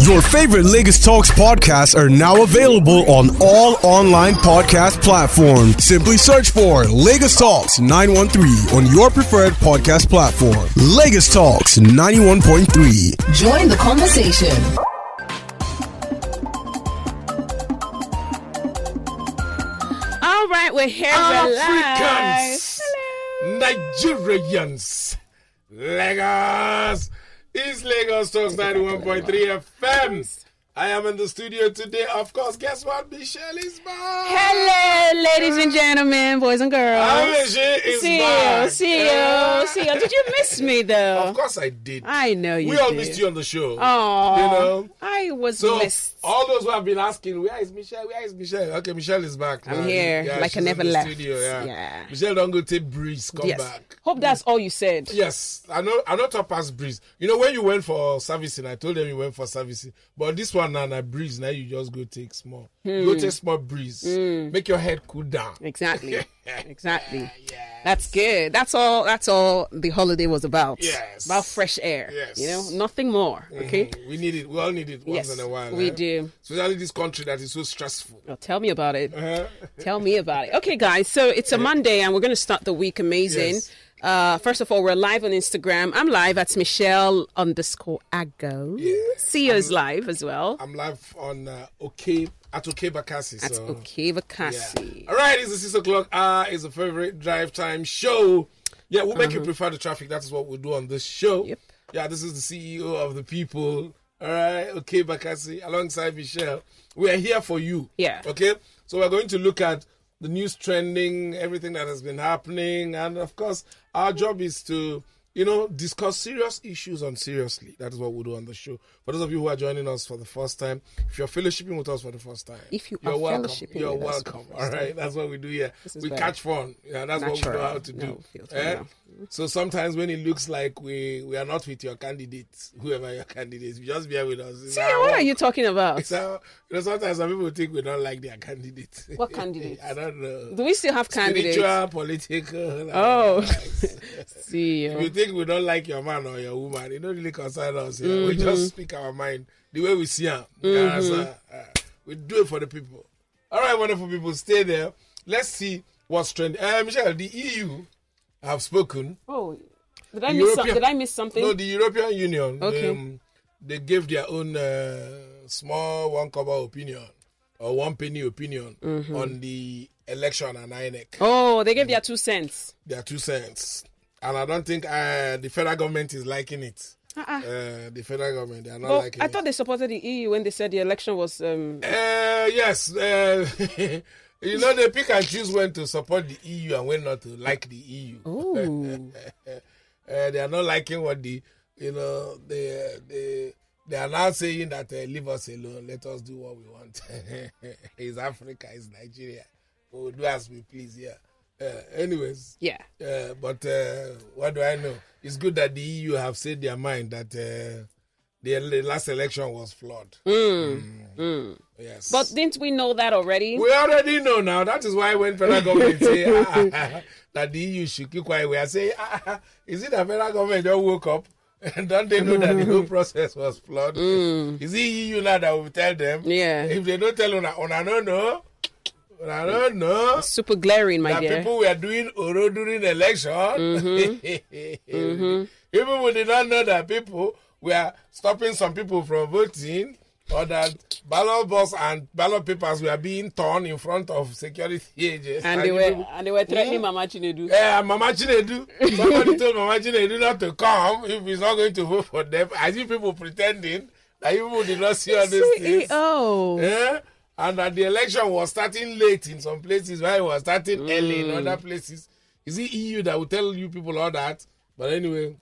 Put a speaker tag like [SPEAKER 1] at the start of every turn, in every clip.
[SPEAKER 1] Your favorite Lagos Talks podcasts are now available on all online podcast platforms. Simply search for Lagos Talks 913 on your preferred podcast platform. Lagos Talks 91.3.
[SPEAKER 2] Join the conversation.
[SPEAKER 3] All right, we're here. We're live.
[SPEAKER 4] Africans, Nigerians, Lagos. It's Lagos Talks 91.3 FM. I am in the studio today. Of course, guess what? Michelle is back.
[SPEAKER 3] Hello, ladies and gentlemen, boys and girls.
[SPEAKER 4] Hi, she is
[SPEAKER 3] see you,
[SPEAKER 4] back.
[SPEAKER 3] see you, see you. Did you miss me though?
[SPEAKER 4] Of course, I did.
[SPEAKER 3] I know you.
[SPEAKER 4] we all
[SPEAKER 3] did.
[SPEAKER 4] missed you on the show.
[SPEAKER 3] Oh,
[SPEAKER 4] You know?
[SPEAKER 3] I was
[SPEAKER 4] So,
[SPEAKER 3] missed.
[SPEAKER 4] all those who have been asking, where is Michelle? Where is Michelle? Okay, Michelle is back.
[SPEAKER 3] I'm
[SPEAKER 4] now.
[SPEAKER 3] here, like I
[SPEAKER 4] she's in
[SPEAKER 3] never
[SPEAKER 4] the
[SPEAKER 3] left.
[SPEAKER 4] Studio, yeah.
[SPEAKER 3] Yeah.
[SPEAKER 4] Michelle, don't go take breeze. Come
[SPEAKER 3] yes.
[SPEAKER 4] back.
[SPEAKER 3] Hope that's all you said.
[SPEAKER 4] Yes, I know. I know top pass breeze. You know when you went for servicing, I told them you went for servicing. But this one now, na breeze. Now you just go take small. You Go take small breeze. Make your head cool down.
[SPEAKER 3] Hmm.
[SPEAKER 4] Ah,
[SPEAKER 3] Exactly. exactly. That's good. That's all. That's all the holiday was about.
[SPEAKER 4] Yes.
[SPEAKER 3] About fresh air.
[SPEAKER 4] Yes.
[SPEAKER 3] You know, nothing more. Okay.
[SPEAKER 4] Mm, We need it. We all need it once
[SPEAKER 3] Yes,
[SPEAKER 4] in a while.
[SPEAKER 3] we
[SPEAKER 4] eh?
[SPEAKER 3] do.
[SPEAKER 4] Especially this country that is so stressful.
[SPEAKER 3] Well, tell me about it.
[SPEAKER 4] Uh,
[SPEAKER 3] Tell me about it. Okay, guys. So it's a Monday, and we're going to start the week amazing.
[SPEAKER 4] Yes.
[SPEAKER 3] Uh, first of all, we're live on Instagram. I'm live at Michelle underscore Ago. Sia is live as well.
[SPEAKER 4] I'm live on uh, OK at OK Bakassi.
[SPEAKER 3] That's
[SPEAKER 4] so.
[SPEAKER 3] okay,
[SPEAKER 4] Yeah.
[SPEAKER 3] Vakasi.
[SPEAKER 4] All right, it's the six o'clock hour. It's the favorite drive time show. Yeah, we'll make you prefer the traffic. That is what we'll do on this show.
[SPEAKER 3] Uh-huh. Yep.
[SPEAKER 4] Yeah, this is the CEO of the people. All right, okay, Bakasi, alongside Michelle, we are here for you.
[SPEAKER 3] Yeah.
[SPEAKER 4] Okay, so we're going to look at the news trending, everything that has been happening, and of course, our job is to. You know, discuss serious issues on seriously. That is what we'll do on the show. For those of you who are joining us for the first time, if you're fellowshipping with us for the first time,
[SPEAKER 3] If you
[SPEAKER 4] you're
[SPEAKER 3] are
[SPEAKER 4] welcome.
[SPEAKER 3] fellowshipping
[SPEAKER 4] You're
[SPEAKER 3] with us for the
[SPEAKER 4] welcome.
[SPEAKER 3] first
[SPEAKER 4] All right, that's what we do here.
[SPEAKER 3] is
[SPEAKER 4] We
[SPEAKER 3] very
[SPEAKER 4] catch fun. Yeah, that's what we
[SPEAKER 3] natural.
[SPEAKER 4] know how to
[SPEAKER 3] No,
[SPEAKER 4] do.
[SPEAKER 3] feels
[SPEAKER 4] Eh?
[SPEAKER 3] natural.
[SPEAKER 4] So sometimes when it looks like we we are not with your candidates, whoever your candidates, you just bear with us. It's
[SPEAKER 3] Sia,
[SPEAKER 4] our
[SPEAKER 3] what are
[SPEAKER 4] work.
[SPEAKER 3] you talking about?
[SPEAKER 4] It's our, you know, sometimes some people think we don't like their candidates.
[SPEAKER 3] What candidates?
[SPEAKER 4] I don't know.
[SPEAKER 3] Do we still have candidates?
[SPEAKER 4] Spiritual, political. like,
[SPEAKER 3] Oh.
[SPEAKER 4] like, if you
[SPEAKER 3] CEO.
[SPEAKER 4] think we don't like your man or your woman, it don't really concern us. yeah. We
[SPEAKER 3] Mm-hmm.
[SPEAKER 4] just speak our mind the way we see them. Uh, we do it for the people. All right, wonderful people, stay there. Let's see what's trending. Uh, Michelle, the EU have spoken.
[SPEAKER 3] Oh, did I miss? Some,
[SPEAKER 4] European-
[SPEAKER 3] did I miss something?
[SPEAKER 4] No, the European Union.
[SPEAKER 3] Okay.
[SPEAKER 4] um, they gave their own uh, small one cover opinion or one penny opinion
[SPEAKER 3] Mm-hmm.
[SPEAKER 4] on the election and E INEC.
[SPEAKER 3] oh, they gave their two cents.
[SPEAKER 4] their two cents. And I don't think uh, the federal government is liking it.
[SPEAKER 3] Uh-uh.
[SPEAKER 4] Uh, the federal government, they are not
[SPEAKER 3] Well,
[SPEAKER 4] liking
[SPEAKER 3] Oh, I
[SPEAKER 4] it.
[SPEAKER 3] thought they supported the EU when they said the election was. Um,
[SPEAKER 4] uh, yes. Uh, you know, they pick and choose when to support the EU and when not to like the EU.
[SPEAKER 3] Ooh.
[SPEAKER 4] Uh, they are not liking what the, you know, they, they, they are now saying that uh, leave us alone, let us do what we want. it's Africa, it's Nigeria. We will do as we please here. Uh, anyways,
[SPEAKER 3] yeah.
[SPEAKER 4] Uh, but uh, what do I know? It's good that the EU have said their mind that uh, the, the last election was flawed. Yes.
[SPEAKER 3] But didn't we know that already?
[SPEAKER 4] we already know now. That is why when federal government say ah, ah, ah, that the EU should keep quiet, we are saying, ah, ah, is it that federal government just woke up? And don't they know that the whole process was flawed? Is it EU now that will tell them?
[SPEAKER 3] Yeah.
[SPEAKER 4] If they don't tell una, una no know, una no know.
[SPEAKER 3] Super glaring, my
[SPEAKER 4] that
[SPEAKER 3] dear.
[SPEAKER 4] people were doing Oro during election.
[SPEAKER 3] Mm-hmm.
[SPEAKER 4] Even we did not know that people were stopping some people from voting or that ballot box and ballot papers were being torn in front of security agents.
[SPEAKER 3] and they were
[SPEAKER 4] people-
[SPEAKER 3] and they were threatening
[SPEAKER 4] Mm.
[SPEAKER 3] Mama Chinedu.
[SPEAKER 4] Eh, Mama Chinedu. Somebody told Mama Chinedu not to come if he's not going to vote for them. As if people pretending that people did not see all these
[SPEAKER 3] eh,
[SPEAKER 4] things.
[SPEAKER 3] CEO.
[SPEAKER 4] Eh? And that the election was starting late in some places, while it was starting
[SPEAKER 3] Mm.
[SPEAKER 4] early in other places. Is it EU that will tell you people all that? But anyway,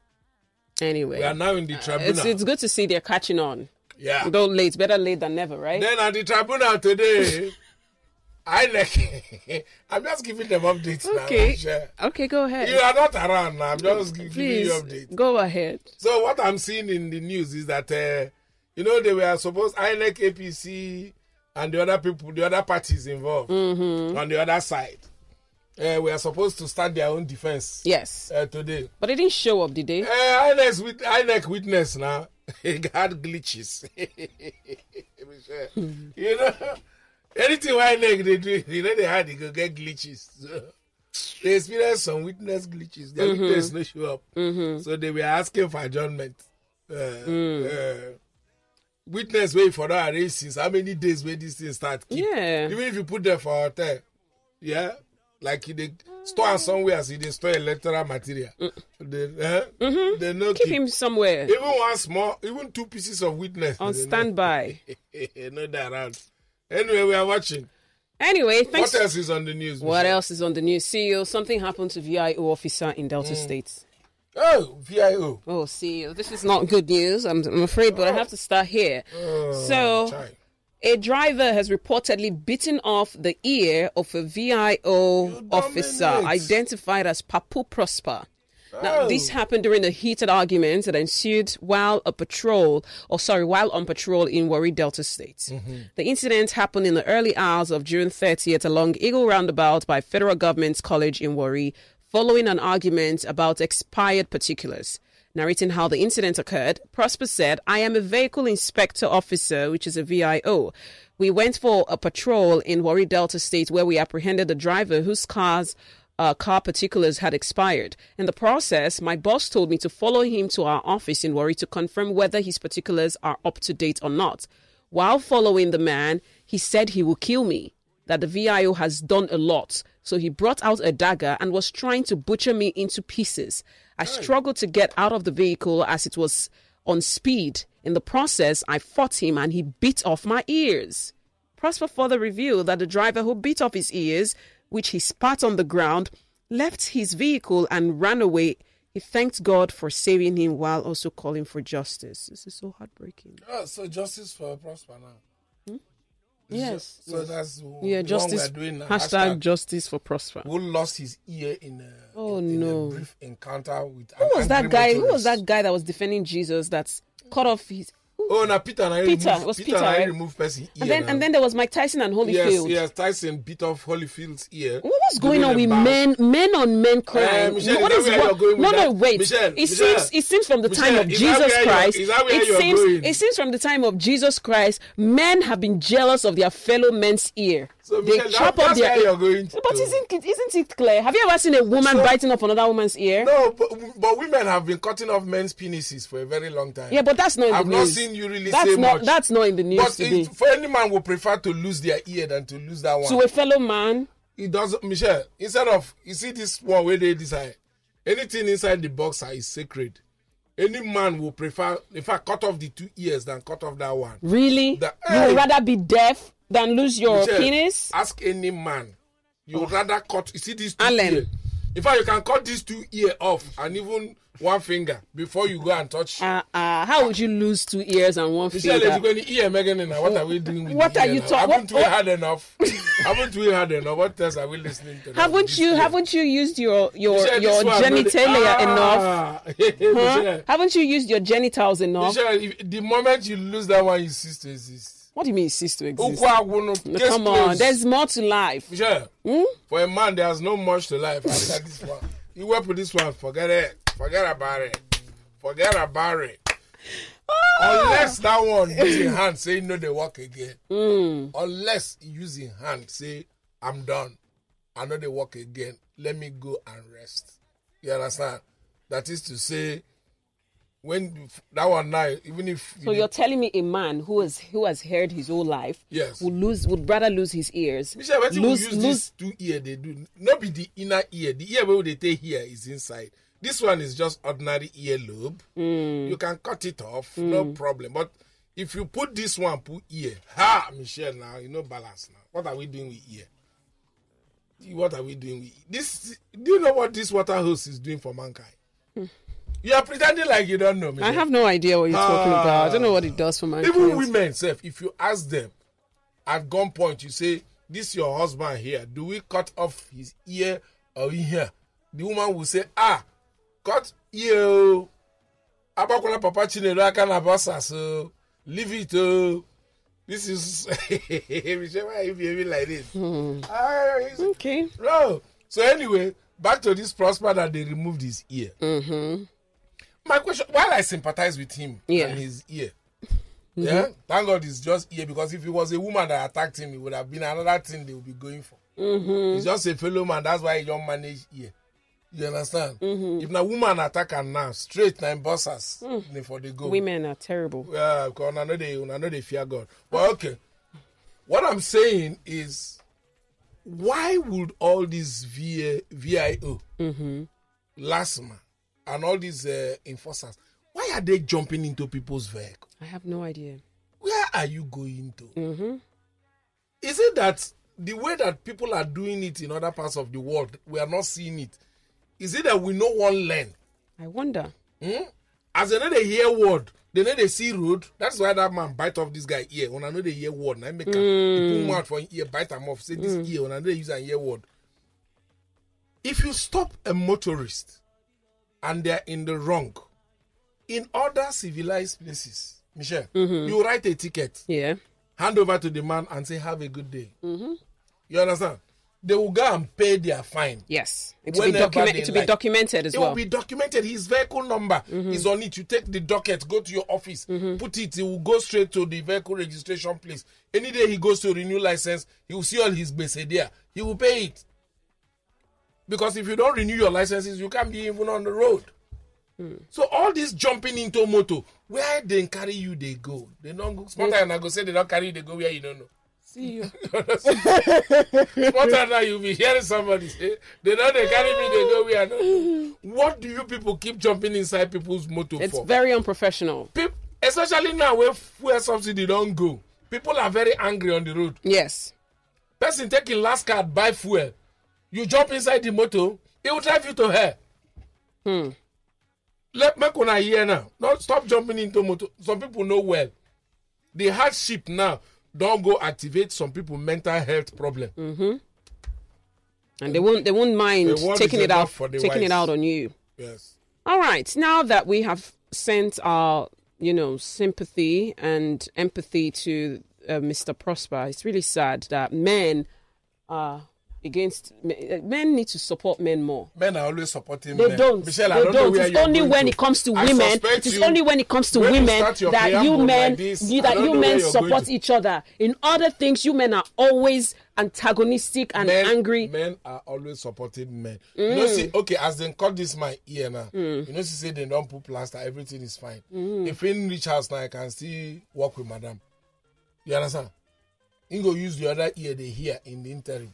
[SPEAKER 4] we are
[SPEAKER 3] Anyway,
[SPEAKER 4] now in the tribunal.
[SPEAKER 3] Uh, it's it's good to see they're catching on.
[SPEAKER 4] yeah.
[SPEAKER 3] Though late, better late than never, right?
[SPEAKER 4] Then at the tribunal today, I like. I'm just giving them updates now.
[SPEAKER 3] Okay.
[SPEAKER 4] Michelle.
[SPEAKER 3] Okay, go
[SPEAKER 4] You
[SPEAKER 3] ahead.
[SPEAKER 4] are not around now. I'm just gi- giving
[SPEAKER 3] Please
[SPEAKER 4] you updates.
[SPEAKER 3] go ahead.
[SPEAKER 4] So what I'm seeing in the news is that uh, you know they were supposed INEC, APC, and the other people, the other parties involved on the other side, uh, were supposed to start their own defense
[SPEAKER 3] Yes,
[SPEAKER 4] uh, today.
[SPEAKER 3] Eh,
[SPEAKER 4] Eh,
[SPEAKER 3] but it didn't show up, did they?
[SPEAKER 4] Uh, INEC, wit- INEC witness now it had glitches. Michelle, you know, anything white leg they do, you know, they had they go get glitches. So, they experienced some witness glitches. Their witness no show up, so they were asking for adjournment. Uh, uh, witness wait for that arrange since how many days when this thing start keep
[SPEAKER 3] Yeah.
[SPEAKER 4] even if you put them for hotel yeah like they store am somewhere as they store electoral material they eh, they no
[SPEAKER 3] Mm. Mm-hmm. Keep him somewhere
[SPEAKER 4] even one small even two pieces of witness
[SPEAKER 3] on
[SPEAKER 4] they no-
[SPEAKER 3] standby.
[SPEAKER 4] no that around anyway we are watching
[SPEAKER 3] Anyway, thanks.
[SPEAKER 4] what else is on the news
[SPEAKER 3] What
[SPEAKER 4] Michelle?
[SPEAKER 3] else is on the news? CEO, something happened to VIO officer in Delta
[SPEAKER 4] Mm.
[SPEAKER 3] State.
[SPEAKER 4] oh vio
[SPEAKER 3] Oh, CEO, this is not good news, I'm, I'm afraid,
[SPEAKER 4] Oh.
[SPEAKER 3] but I have to start here. so,
[SPEAKER 4] Chai.
[SPEAKER 3] a driver has reportedly bitten off the ear of a VIO officer
[SPEAKER 4] dominate.
[SPEAKER 3] identified as Papu Prosper. Now,
[SPEAKER 4] Oh.
[SPEAKER 3] this happened during a heated argument that ensued while a patrol, or sorry, while on patrol in Wari Delta State. The incident happened in the early hours of June 30th along Eagle Roundabout by Federal Government's College in Wari, following an argument about expired particulars. Narrating how the incident occurred, Prosper said, I am a vehicle inspector officer, which is a VIO. We went for a patrol in Wari Delta State where we apprehended the driver whose cars uh, car particulars had expired. In the process, my boss told me to follow him to our office in Warri to confirm whether his particulars are up to date or not. While following the man, he said he will kill me, that the VIO has done a lot. So he brought out a dagger and was trying to butcher me into pieces. I struggled to get out of the vehicle as it was on speed. In the process, I fought him and he bit off my ears. Prosper further revealed that the driver who bit off his ears, which he spat on the ground, left his vehicle and ran away. He thanked God for saving him while also calling for justice. This is so heartbreaking.
[SPEAKER 4] Oh, so justice for prosper now
[SPEAKER 3] Yes.
[SPEAKER 4] so that's
[SPEAKER 3] Yeah, justice.
[SPEAKER 4] one we're doing now.
[SPEAKER 3] hashtag, justice for Prosper. Who
[SPEAKER 4] who lost his ear in a,
[SPEAKER 3] Oh,
[SPEAKER 4] in, in
[SPEAKER 3] no.
[SPEAKER 4] a brief encounter with
[SPEAKER 3] was that guy? Who was that guy that was defending Jesus that's cut off his.
[SPEAKER 4] Oh, now Peter and I
[SPEAKER 3] Peter,
[SPEAKER 4] removed,
[SPEAKER 3] it was
[SPEAKER 4] Peter, and
[SPEAKER 3] Peter,
[SPEAKER 4] I
[SPEAKER 3] right?
[SPEAKER 4] removed person ear.
[SPEAKER 3] And then,
[SPEAKER 4] now.
[SPEAKER 3] and then there was Mike Tyson and
[SPEAKER 4] yes,
[SPEAKER 3] Holyfield.
[SPEAKER 4] yes, Tyson beat off Holyfield's ear.
[SPEAKER 3] What was going
[SPEAKER 4] during
[SPEAKER 3] on
[SPEAKER 4] a
[SPEAKER 3] with
[SPEAKER 4] bout.
[SPEAKER 3] men, men on men crime?
[SPEAKER 4] Eh, Michelle,
[SPEAKER 3] what
[SPEAKER 4] is that where you're going with
[SPEAKER 3] no, no,
[SPEAKER 4] that?
[SPEAKER 3] wait.
[SPEAKER 4] Michelle,
[SPEAKER 3] it
[SPEAKER 4] Michelle,
[SPEAKER 3] seems it seems from the time
[SPEAKER 4] Michelle,
[SPEAKER 3] of
[SPEAKER 4] is that
[SPEAKER 3] Jesus
[SPEAKER 4] where you're-
[SPEAKER 3] Christ.
[SPEAKER 4] is that where
[SPEAKER 3] it
[SPEAKER 4] you're
[SPEAKER 3] seems
[SPEAKER 4] going?
[SPEAKER 3] it seems from the time of Jesus Christ, men have been jealous of their fellow men's ear.
[SPEAKER 4] So,
[SPEAKER 3] they
[SPEAKER 4] Michelle, that-
[SPEAKER 3] chop up
[SPEAKER 4] that's
[SPEAKER 3] their
[SPEAKER 4] where
[SPEAKER 3] ear.
[SPEAKER 4] you're going to-
[SPEAKER 3] But isn't it, isn't it clear? Have you ever seen a woman
[SPEAKER 4] So-
[SPEAKER 3] biting off another woman's ear?
[SPEAKER 4] No, but, but women have been cutting off men's penises for a very long time.
[SPEAKER 3] Yeah, but that's not in
[SPEAKER 4] I've
[SPEAKER 3] the
[SPEAKER 4] not
[SPEAKER 3] news.
[SPEAKER 4] seen you really
[SPEAKER 3] that's
[SPEAKER 4] say
[SPEAKER 3] not
[SPEAKER 4] much.
[SPEAKER 3] that's not in the news
[SPEAKER 4] But
[SPEAKER 3] today.
[SPEAKER 4] it, for any man would prefer to lose their ear than to lose that one.
[SPEAKER 3] To a fellow man,
[SPEAKER 4] it doesn't, Michelle. Instead of you see this one where they decide anything inside the boxer is sacred. Any man will prefer, in fact, cut off the two ears than cut off that one.
[SPEAKER 3] really,
[SPEAKER 4] The-
[SPEAKER 3] you
[SPEAKER 4] Hey!
[SPEAKER 3] would rather be deaf than lose your
[SPEAKER 4] Michelle,
[SPEAKER 3] penis. Oh.
[SPEAKER 4] Ask any man. You would rather cut. You see these two
[SPEAKER 3] Allen.
[SPEAKER 4] ear. In fact, you can cut these two ear off and even one finger before you go and touch.
[SPEAKER 3] Uh, uh, how would you lose two ears and one
[SPEAKER 4] Michelle, if
[SPEAKER 3] finger?
[SPEAKER 4] you go in the ear, Megan, now what are we doing with
[SPEAKER 3] What
[SPEAKER 4] the
[SPEAKER 3] are
[SPEAKER 4] ear
[SPEAKER 3] you
[SPEAKER 4] now?
[SPEAKER 3] talk-
[SPEAKER 4] Haven't
[SPEAKER 3] what-
[SPEAKER 4] we had enough? haven't we had enough? What else are we listening to? now with
[SPEAKER 3] Haven't
[SPEAKER 4] this
[SPEAKER 3] you
[SPEAKER 4] ear?
[SPEAKER 3] haven't you used your your
[SPEAKER 4] Michelle,
[SPEAKER 3] your
[SPEAKER 4] this one, no, the-
[SPEAKER 3] genitalia enough?
[SPEAKER 4] Ah, Michelle,
[SPEAKER 3] Huh? Haven't you used your genitals enough?
[SPEAKER 4] Michelle, if, the moment you lose that one, you cease to exist.
[SPEAKER 3] What do you mean cease to exist?
[SPEAKER 4] Ukwa wono, case
[SPEAKER 3] Come on,
[SPEAKER 4] closed.
[SPEAKER 3] there's more to life.
[SPEAKER 4] Michelle, for a man, there's no much to life. I like this one. You work with this one, forget it. Forget about it. Forget about it. Unless that one using hand say no, they work again. Unless using hand say I'm done, I know they work again. Let me go and rest. You understand? That is to say, when that one night, even if
[SPEAKER 3] So you're telling me a man who has who has heard his whole life
[SPEAKER 4] Yes.
[SPEAKER 3] would lose would rather lose his ears.
[SPEAKER 4] Michelle, wetin we
[SPEAKER 3] lose
[SPEAKER 4] use
[SPEAKER 3] lose
[SPEAKER 4] this two ear dey do? No be the inner ear. The ear wey we dey take here is inside. This one is just ordinary earlobe.
[SPEAKER 3] Hmm.
[SPEAKER 4] You can cut it off, no problem. But if you put this one put ear, ha, Michelle, now you know balance now. What are we doing with ear? What are we doing with this? Do you know what this water hose is doing for mankind? You are pretending like you don't know, Michelle.
[SPEAKER 3] Hmm. I have no idea what you're talking
[SPEAKER 4] Ah.
[SPEAKER 3] about. I don't know what it does for my
[SPEAKER 4] Even women, self, if you ask them at gunpoint, you say, This your husband here. Do we cut off his ear or ear? The woman will say, Ah, cut ear. o. Abakuna papa chinelo aka na basa so leave it oh. This is Michelle, why are you behaving like this? Ah, it's-
[SPEAKER 3] Okay.
[SPEAKER 4] no. So anyway, back to this prosper that they removed his ear. Mm-hmm. my question while I sympathize with him
[SPEAKER 3] Yeah.
[SPEAKER 4] and his ear. Yeah, thank God it's just ear because if it was a woman that attacked him, it would have been another thing they would be going for. He's just a fellow man, that's why he don't manage ear. You understand? If na woman attack her now, straight nine bosses mm. for the go.
[SPEAKER 3] Women are terrible.
[SPEAKER 4] Yeah, because I Ah, know they, I know they fear God. But okay, what I'm saying is, why would all these VA, VIO, LASMA, and all these uh, enforcers, why are they jumping into people's vehicle?
[SPEAKER 3] I have no idea.
[SPEAKER 4] Where are you going to? Is it that the way that people are doing it in other parts of the world, we are not seeing it? Is it that we no one learn?
[SPEAKER 3] I wonder.
[SPEAKER 4] Hmm? As they know they hear word, they know they see road. That's why that man bite off this guy ear. When I know they hear word, I make him mm. put mouth for him ear, bite him off. Say this ear. When I know they use an ear word. If you stop a motorist and they're in the wrong, in other civilized places, Michelle, you write a ticket,
[SPEAKER 3] Yeah.
[SPEAKER 4] hand over to the man, and say have a good day. You understand? They will go and pay their fine.
[SPEAKER 3] Yes. It will be,
[SPEAKER 4] Whenever
[SPEAKER 3] document-
[SPEAKER 4] they
[SPEAKER 3] it will be
[SPEAKER 4] like.
[SPEAKER 3] documented as
[SPEAKER 4] It
[SPEAKER 3] well. Mm-hmm.
[SPEAKER 4] will be documented. His vehicle number is on it. You take the docket, go to your office, put it. It will go straight to the vehicle registration place. Any day he goes to renew license, he will see all his base there. He will pay it. Because if you don't renew your licenses, you can't be even on the road.
[SPEAKER 3] Hmm.
[SPEAKER 4] So all this jumping into moto, where they carry you, they go. They don't go. Smarter and I go say they don't carry you, they go where you don't know.
[SPEAKER 3] See you.
[SPEAKER 4] What time now you be hearing somebody say, they know they carry me, they go where I don't know. What do you people keep jumping inside people's motor
[SPEAKER 3] It's
[SPEAKER 4] for?
[SPEAKER 3] very unprofessional.
[SPEAKER 4] Peop- especially now where fuel subsidy don't go. People are very angry on the road.
[SPEAKER 3] Yes.
[SPEAKER 4] Person taking last card, buy fuel. You jump inside the motor, it will drive you to hell. Let make una hear now. Don't stop jumping into motor. Some people know well. The hardship now don't go activate some people mental health problem.
[SPEAKER 3] And they won't they won't mind
[SPEAKER 4] The world
[SPEAKER 3] taking
[SPEAKER 4] is
[SPEAKER 3] it
[SPEAKER 4] enough
[SPEAKER 3] out
[SPEAKER 4] for the
[SPEAKER 3] taking
[SPEAKER 4] wise.
[SPEAKER 3] it out on you.
[SPEAKER 4] Yes.
[SPEAKER 3] All right. Now that we have sent our, you know, sympathy and empathy to uh, Mr. Prosper, it's really sad that men are against. me- Men need to support men more.
[SPEAKER 4] men are always supporting
[SPEAKER 3] They
[SPEAKER 4] men.
[SPEAKER 3] don't.
[SPEAKER 4] Michelle,
[SPEAKER 3] they
[SPEAKER 4] I don't, know where
[SPEAKER 3] It's
[SPEAKER 4] you're
[SPEAKER 3] only
[SPEAKER 4] going
[SPEAKER 3] when
[SPEAKER 4] to.
[SPEAKER 3] it comes to
[SPEAKER 4] I
[SPEAKER 3] women.
[SPEAKER 4] suspect
[SPEAKER 3] It's
[SPEAKER 4] you-
[SPEAKER 3] only when it comes to
[SPEAKER 4] when you
[SPEAKER 3] women
[SPEAKER 4] start your
[SPEAKER 3] that you
[SPEAKER 4] preamble
[SPEAKER 3] men
[SPEAKER 4] like this,
[SPEAKER 3] you,
[SPEAKER 4] I
[SPEAKER 3] that
[SPEAKER 4] don't
[SPEAKER 3] you
[SPEAKER 4] know where
[SPEAKER 3] men
[SPEAKER 4] you're going
[SPEAKER 3] support
[SPEAKER 4] to.
[SPEAKER 3] each other. In other things, you men are always antagonistic and
[SPEAKER 4] men,
[SPEAKER 3] angry. Mm.
[SPEAKER 4] Men are always supporting men. You know, see, okay, as they cut this my ear now, you know, she say they don't put plaster, everything is fine.
[SPEAKER 3] Mm.
[SPEAKER 4] If in rich house now, I can still work with madam. You understand? You go use the other ear they hear in the interim.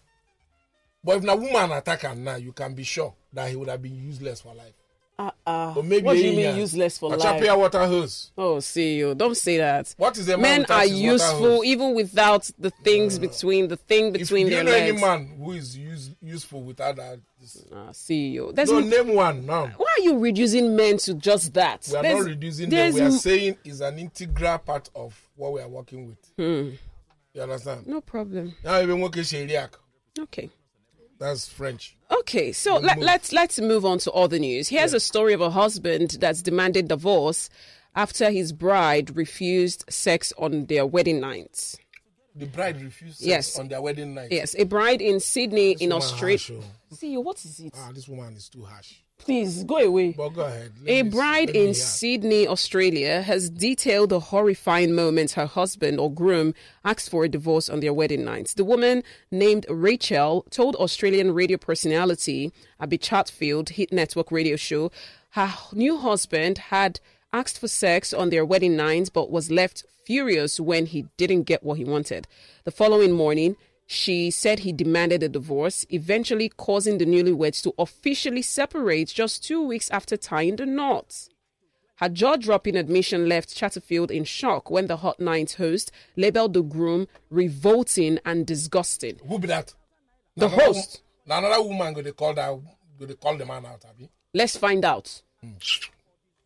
[SPEAKER 4] But if na woman attack her now, you can be sure that he would have been useless for life.
[SPEAKER 3] Uh, uh,
[SPEAKER 4] But maybe
[SPEAKER 3] what do you
[SPEAKER 4] he
[SPEAKER 3] mean
[SPEAKER 4] and-
[SPEAKER 3] useless for
[SPEAKER 4] Achapia
[SPEAKER 3] life?
[SPEAKER 4] water hose.
[SPEAKER 3] Oh, see you. Don't say that.
[SPEAKER 4] What is a man
[SPEAKER 3] Men
[SPEAKER 4] without
[SPEAKER 3] are
[SPEAKER 4] his water hose?
[SPEAKER 3] useful even without the things between the thing
[SPEAKER 4] If
[SPEAKER 3] between
[SPEAKER 4] you
[SPEAKER 3] their
[SPEAKER 4] know any
[SPEAKER 3] legs.
[SPEAKER 4] man who is use, useful without that, this,
[SPEAKER 3] Ah, see you. There's
[SPEAKER 4] No,
[SPEAKER 3] n-
[SPEAKER 4] name one now.
[SPEAKER 3] why are you reducing men to just that?
[SPEAKER 4] We are
[SPEAKER 3] There's-
[SPEAKER 4] not reducing them.
[SPEAKER 3] there's
[SPEAKER 4] We are
[SPEAKER 3] m-
[SPEAKER 4] saying it's an integral part of what we are working with.
[SPEAKER 3] Hmm.
[SPEAKER 4] You understand?
[SPEAKER 3] no problem.
[SPEAKER 4] Now even working Sheriak.
[SPEAKER 3] Okay.
[SPEAKER 4] That's French.
[SPEAKER 3] Okay, so let, let's let's move on to other news. Here's a story of a husband that's demanded divorce after his bride refused sex on their wedding night.
[SPEAKER 4] The bride refused sex
[SPEAKER 3] Yes.
[SPEAKER 4] on their wedding night.
[SPEAKER 3] Yes, a bride in Sydney in
[SPEAKER 4] Woman
[SPEAKER 3] Australia.
[SPEAKER 4] harsh, oh.
[SPEAKER 3] See you. What is it?
[SPEAKER 4] Ah, this woman is too harsh.
[SPEAKER 3] Please go away.
[SPEAKER 4] But go ahead. let
[SPEAKER 3] A
[SPEAKER 4] me-
[SPEAKER 3] bride
[SPEAKER 4] let me
[SPEAKER 3] in
[SPEAKER 4] hear.
[SPEAKER 3] Sydney, Australia, has detailed the horrifying moment her husband or groom asked for a divorce on their wedding night. The woman, named Rachel, told Australian radio personality Abby Chatfield, hit network radio show, her new husband had asked for sex on their wedding night but was left furious when he didn't get what he wanted. The following morning, she said he demanded a divorce, eventually causing the newlyweds to officially separate just two weeks after tying the knot. Her jaw dropping admission left Chatterfield in shock when the Hot Night host labeled the groom revolting and disgusting.
[SPEAKER 4] Who be that?
[SPEAKER 3] The
[SPEAKER 4] Another wo-
[SPEAKER 3] host.
[SPEAKER 4] na Another woman go they call that go they call the man out, Abi.
[SPEAKER 3] Let's find out.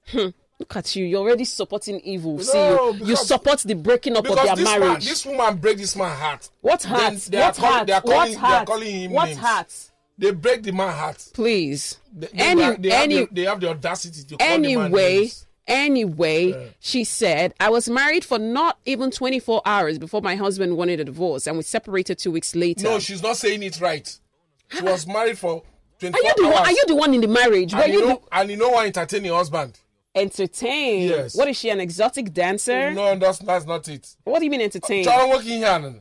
[SPEAKER 3] Hmm, Look at you, you're already supporting evil. See
[SPEAKER 4] No,
[SPEAKER 3] you. you
[SPEAKER 4] because-
[SPEAKER 3] support the breaking up of
[SPEAKER 4] Because
[SPEAKER 3] their
[SPEAKER 4] this
[SPEAKER 3] marriage.
[SPEAKER 4] man, this woman break this man's heart.
[SPEAKER 3] What
[SPEAKER 4] Then
[SPEAKER 3] heart?
[SPEAKER 4] They
[SPEAKER 3] What
[SPEAKER 4] are calling,
[SPEAKER 3] heart?
[SPEAKER 4] They are
[SPEAKER 3] What
[SPEAKER 4] calling, They are
[SPEAKER 3] heart?
[SPEAKER 4] calling him
[SPEAKER 3] What
[SPEAKER 4] names.
[SPEAKER 3] heart?
[SPEAKER 4] They break the man's heart.
[SPEAKER 3] Please.
[SPEAKER 4] They, they,
[SPEAKER 3] Any,
[SPEAKER 4] they, have
[SPEAKER 3] any,
[SPEAKER 4] the, they have the audacity to call the man
[SPEAKER 3] anyway
[SPEAKER 4] names.
[SPEAKER 3] anyway she said i was married for not even 24 hours before my husband wanted a divorce and we separated two weeks later
[SPEAKER 4] No, she's not saying it right. She was married for
[SPEAKER 3] are you
[SPEAKER 4] 24
[SPEAKER 3] the one
[SPEAKER 4] hours.
[SPEAKER 3] are you the one in the marriage were
[SPEAKER 4] and, you
[SPEAKER 3] you
[SPEAKER 4] know, and you know why entertaining husband?
[SPEAKER 3] entertained.
[SPEAKER 4] Yes.
[SPEAKER 3] What is she, an exotic dancer?
[SPEAKER 4] No, that's that's not it.
[SPEAKER 3] What do you mean entertained?
[SPEAKER 4] Chara working here.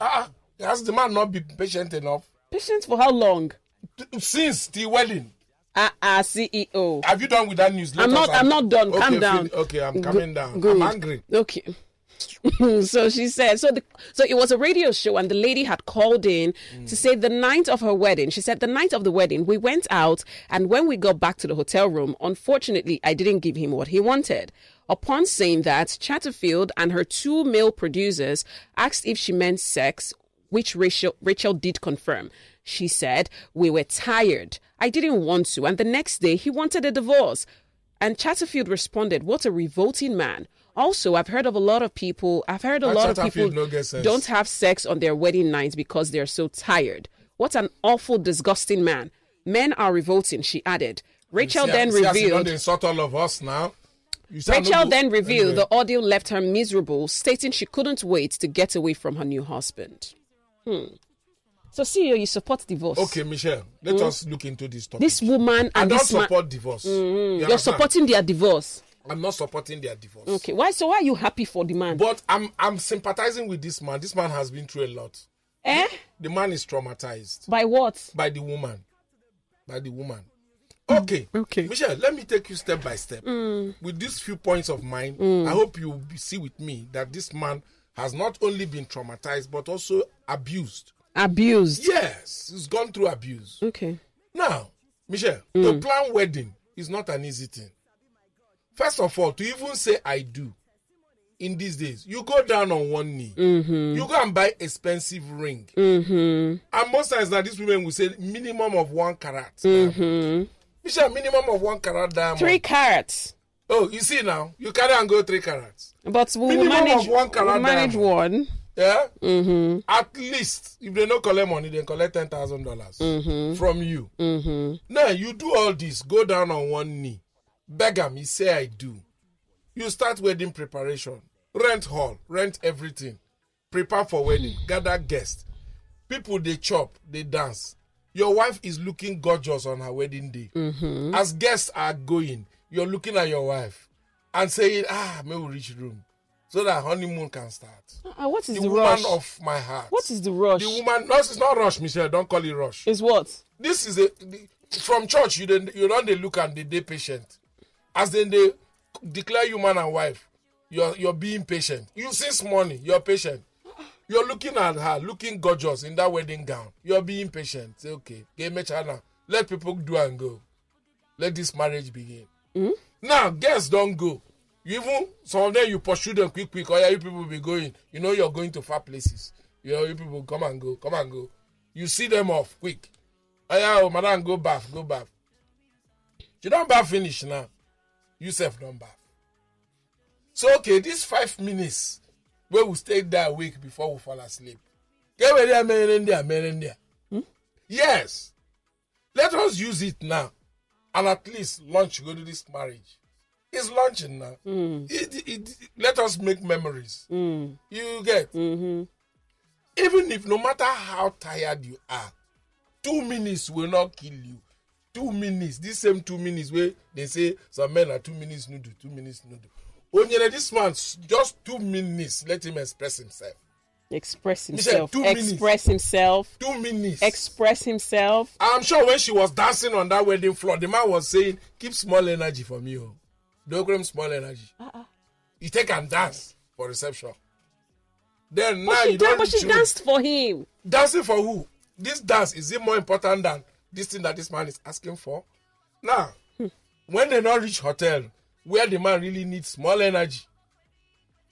[SPEAKER 4] Ah, ah, has the man not been patient enough
[SPEAKER 3] Patience for how long?
[SPEAKER 4] T- since the wedding?
[SPEAKER 3] Ah, ah, CEO.
[SPEAKER 4] Have you done with that news? Let
[SPEAKER 3] I'm
[SPEAKER 4] us
[SPEAKER 3] not-
[SPEAKER 4] have-
[SPEAKER 3] I'm not done.
[SPEAKER 4] Okay,
[SPEAKER 3] Calm
[SPEAKER 4] fin-
[SPEAKER 3] down.
[SPEAKER 4] Okay, I'm coming down.
[SPEAKER 3] Good.
[SPEAKER 4] I'm angry.
[SPEAKER 3] Okay. so she said so the so it was a radio show and the lady had called in to say the night of her wedding she said the night of the wedding we went out and when we got back to the hotel room unfortunately i didn't give him what he wanted upon saying that chatterfield and her two male producers asked if she meant sex which Rachel, Rachel did confirm. She said, We were tired. I didn't want to. And the next day, he wanted a divorce. And Chatterfield responded, What a revolting man. Also, I've heard of a lot of people, I've heard a
[SPEAKER 4] That
[SPEAKER 3] lot of people
[SPEAKER 4] Chatterfield no get sense.
[SPEAKER 3] don't have sex on their wedding nights because they're so tired. What an awful, disgusting man. Men are revolting, she added. Rachel
[SPEAKER 4] See,
[SPEAKER 3] then
[SPEAKER 4] see, as you
[SPEAKER 3] revealed.
[SPEAKER 4] don't insult all of us now. You see, I know
[SPEAKER 3] Rachel
[SPEAKER 4] who-
[SPEAKER 3] then revealed
[SPEAKER 4] Anyway,
[SPEAKER 3] the ordeal left her miserable, stating she couldn't wait to get away from her new husband. Hmm. So, CEO, you support divorce.
[SPEAKER 4] Okay, Michelle, let us look into this topic.
[SPEAKER 3] Mm. This woman
[SPEAKER 4] I
[SPEAKER 3] and
[SPEAKER 4] don't
[SPEAKER 3] this man, Mm-hmm.
[SPEAKER 4] support divorce. You
[SPEAKER 3] you're
[SPEAKER 4] understand?
[SPEAKER 3] supporting their divorce.
[SPEAKER 4] I'm not supporting their divorce.
[SPEAKER 3] Okay, why? So, why are you happy for the man?
[SPEAKER 4] But I'm I'm sympathizing with this man. This man has been through a lot.
[SPEAKER 3] eh?
[SPEAKER 4] The man is traumatized
[SPEAKER 3] By what?
[SPEAKER 4] by the woman. By the woman. Okay.
[SPEAKER 3] Mm. Okay. Mm.
[SPEAKER 4] Michelle, let me take you step by step. With these few points of mine, I hope you will be- see with me that this man has not only been traumatized but also abused.
[SPEAKER 3] Abused.
[SPEAKER 4] Yes, he's gone through abuse.
[SPEAKER 3] Okay.
[SPEAKER 4] Now, Michelle, to plan wedding is not an easy thing. First of all, to even say I do in these days, you go down on one knee. You go and buy expensive ring. And most times now, these women will say minimum of one carat. Michelle, minimum of one carat diamond.
[SPEAKER 3] Three carats.
[SPEAKER 4] Oh, you see now, you carry and go three carats.
[SPEAKER 3] But we will
[SPEAKER 4] Minimum of
[SPEAKER 3] manage
[SPEAKER 4] one
[SPEAKER 3] we'll
[SPEAKER 4] carat
[SPEAKER 3] manage
[SPEAKER 4] diamond.
[SPEAKER 3] one.
[SPEAKER 4] Yeah. At least if they don't collect money, they collect ten dollars from you. Now you do all this, go down on one knee, beg him. He say I do. You start wedding preparation, rent hall, rent everything, prepare for wedding, gather guests, people they chop, they dance. Your wife is looking gorgeous on her wedding day. As guests are going, you're looking at your wife and saying, "Ah, may we reach room." So that honeymoon can start
[SPEAKER 3] Ah, what is
[SPEAKER 4] the
[SPEAKER 3] the,
[SPEAKER 4] woman
[SPEAKER 3] rush?
[SPEAKER 4] of my heart.
[SPEAKER 3] what is the rush?
[SPEAKER 4] the woman? No, it's not rush, Michelle. Don't call it rush.
[SPEAKER 3] is what?
[SPEAKER 4] This is a the, from church. You don't you don't they look and they, they patient, as then they declare you man and wife. You're you're being patient. You since morning you're patient. You're looking at her, looking gorgeous in that wedding gown. You're being patient. Say okay, game channel. Let people do and go. Let this marriage begin. Now, girls don't go. You even some of them you pursue them quick, quick, or yeah, you people be going. You know you're going to far places. You know, you people come and go, come and go. You see them off quick. Oh yeah, oh, madam, go bath, go bath. You don't bath finish now. You self don't bath. So okay, this five minutes where we stay there awake before we fall asleep. Get ready, I'm in there, I'm in there. Yes. Let us use it now and at least launch go to this marriage. It's launching now. It, it, let us make memories. You get. Even if no matter how tired you are, two minutes will not kill you. Two minutes, this same two minutes where they say some men are two minutes noodle, two minutes noodle. Onyele, this man s- just two minutes. Let him express himself.
[SPEAKER 3] Express
[SPEAKER 4] said
[SPEAKER 3] himself.
[SPEAKER 4] two minutes.
[SPEAKER 3] Express himself.
[SPEAKER 4] Two minutes.
[SPEAKER 3] Express himself.
[SPEAKER 4] I'm sure when she was dancing on that wedding floor, the man was saying, "Keep small energy for me, oh, don't give him small energy.
[SPEAKER 3] Uh-uh.
[SPEAKER 4] You take and dance for reception. Then now
[SPEAKER 3] But she,
[SPEAKER 4] you
[SPEAKER 3] dan-
[SPEAKER 4] don't.
[SPEAKER 3] but she
[SPEAKER 4] show-
[SPEAKER 3] danced for him.
[SPEAKER 4] Dancing for who? This dance is it more important than this thing that this man is asking for? Now, when they not reach hotel where the man really needs small energy,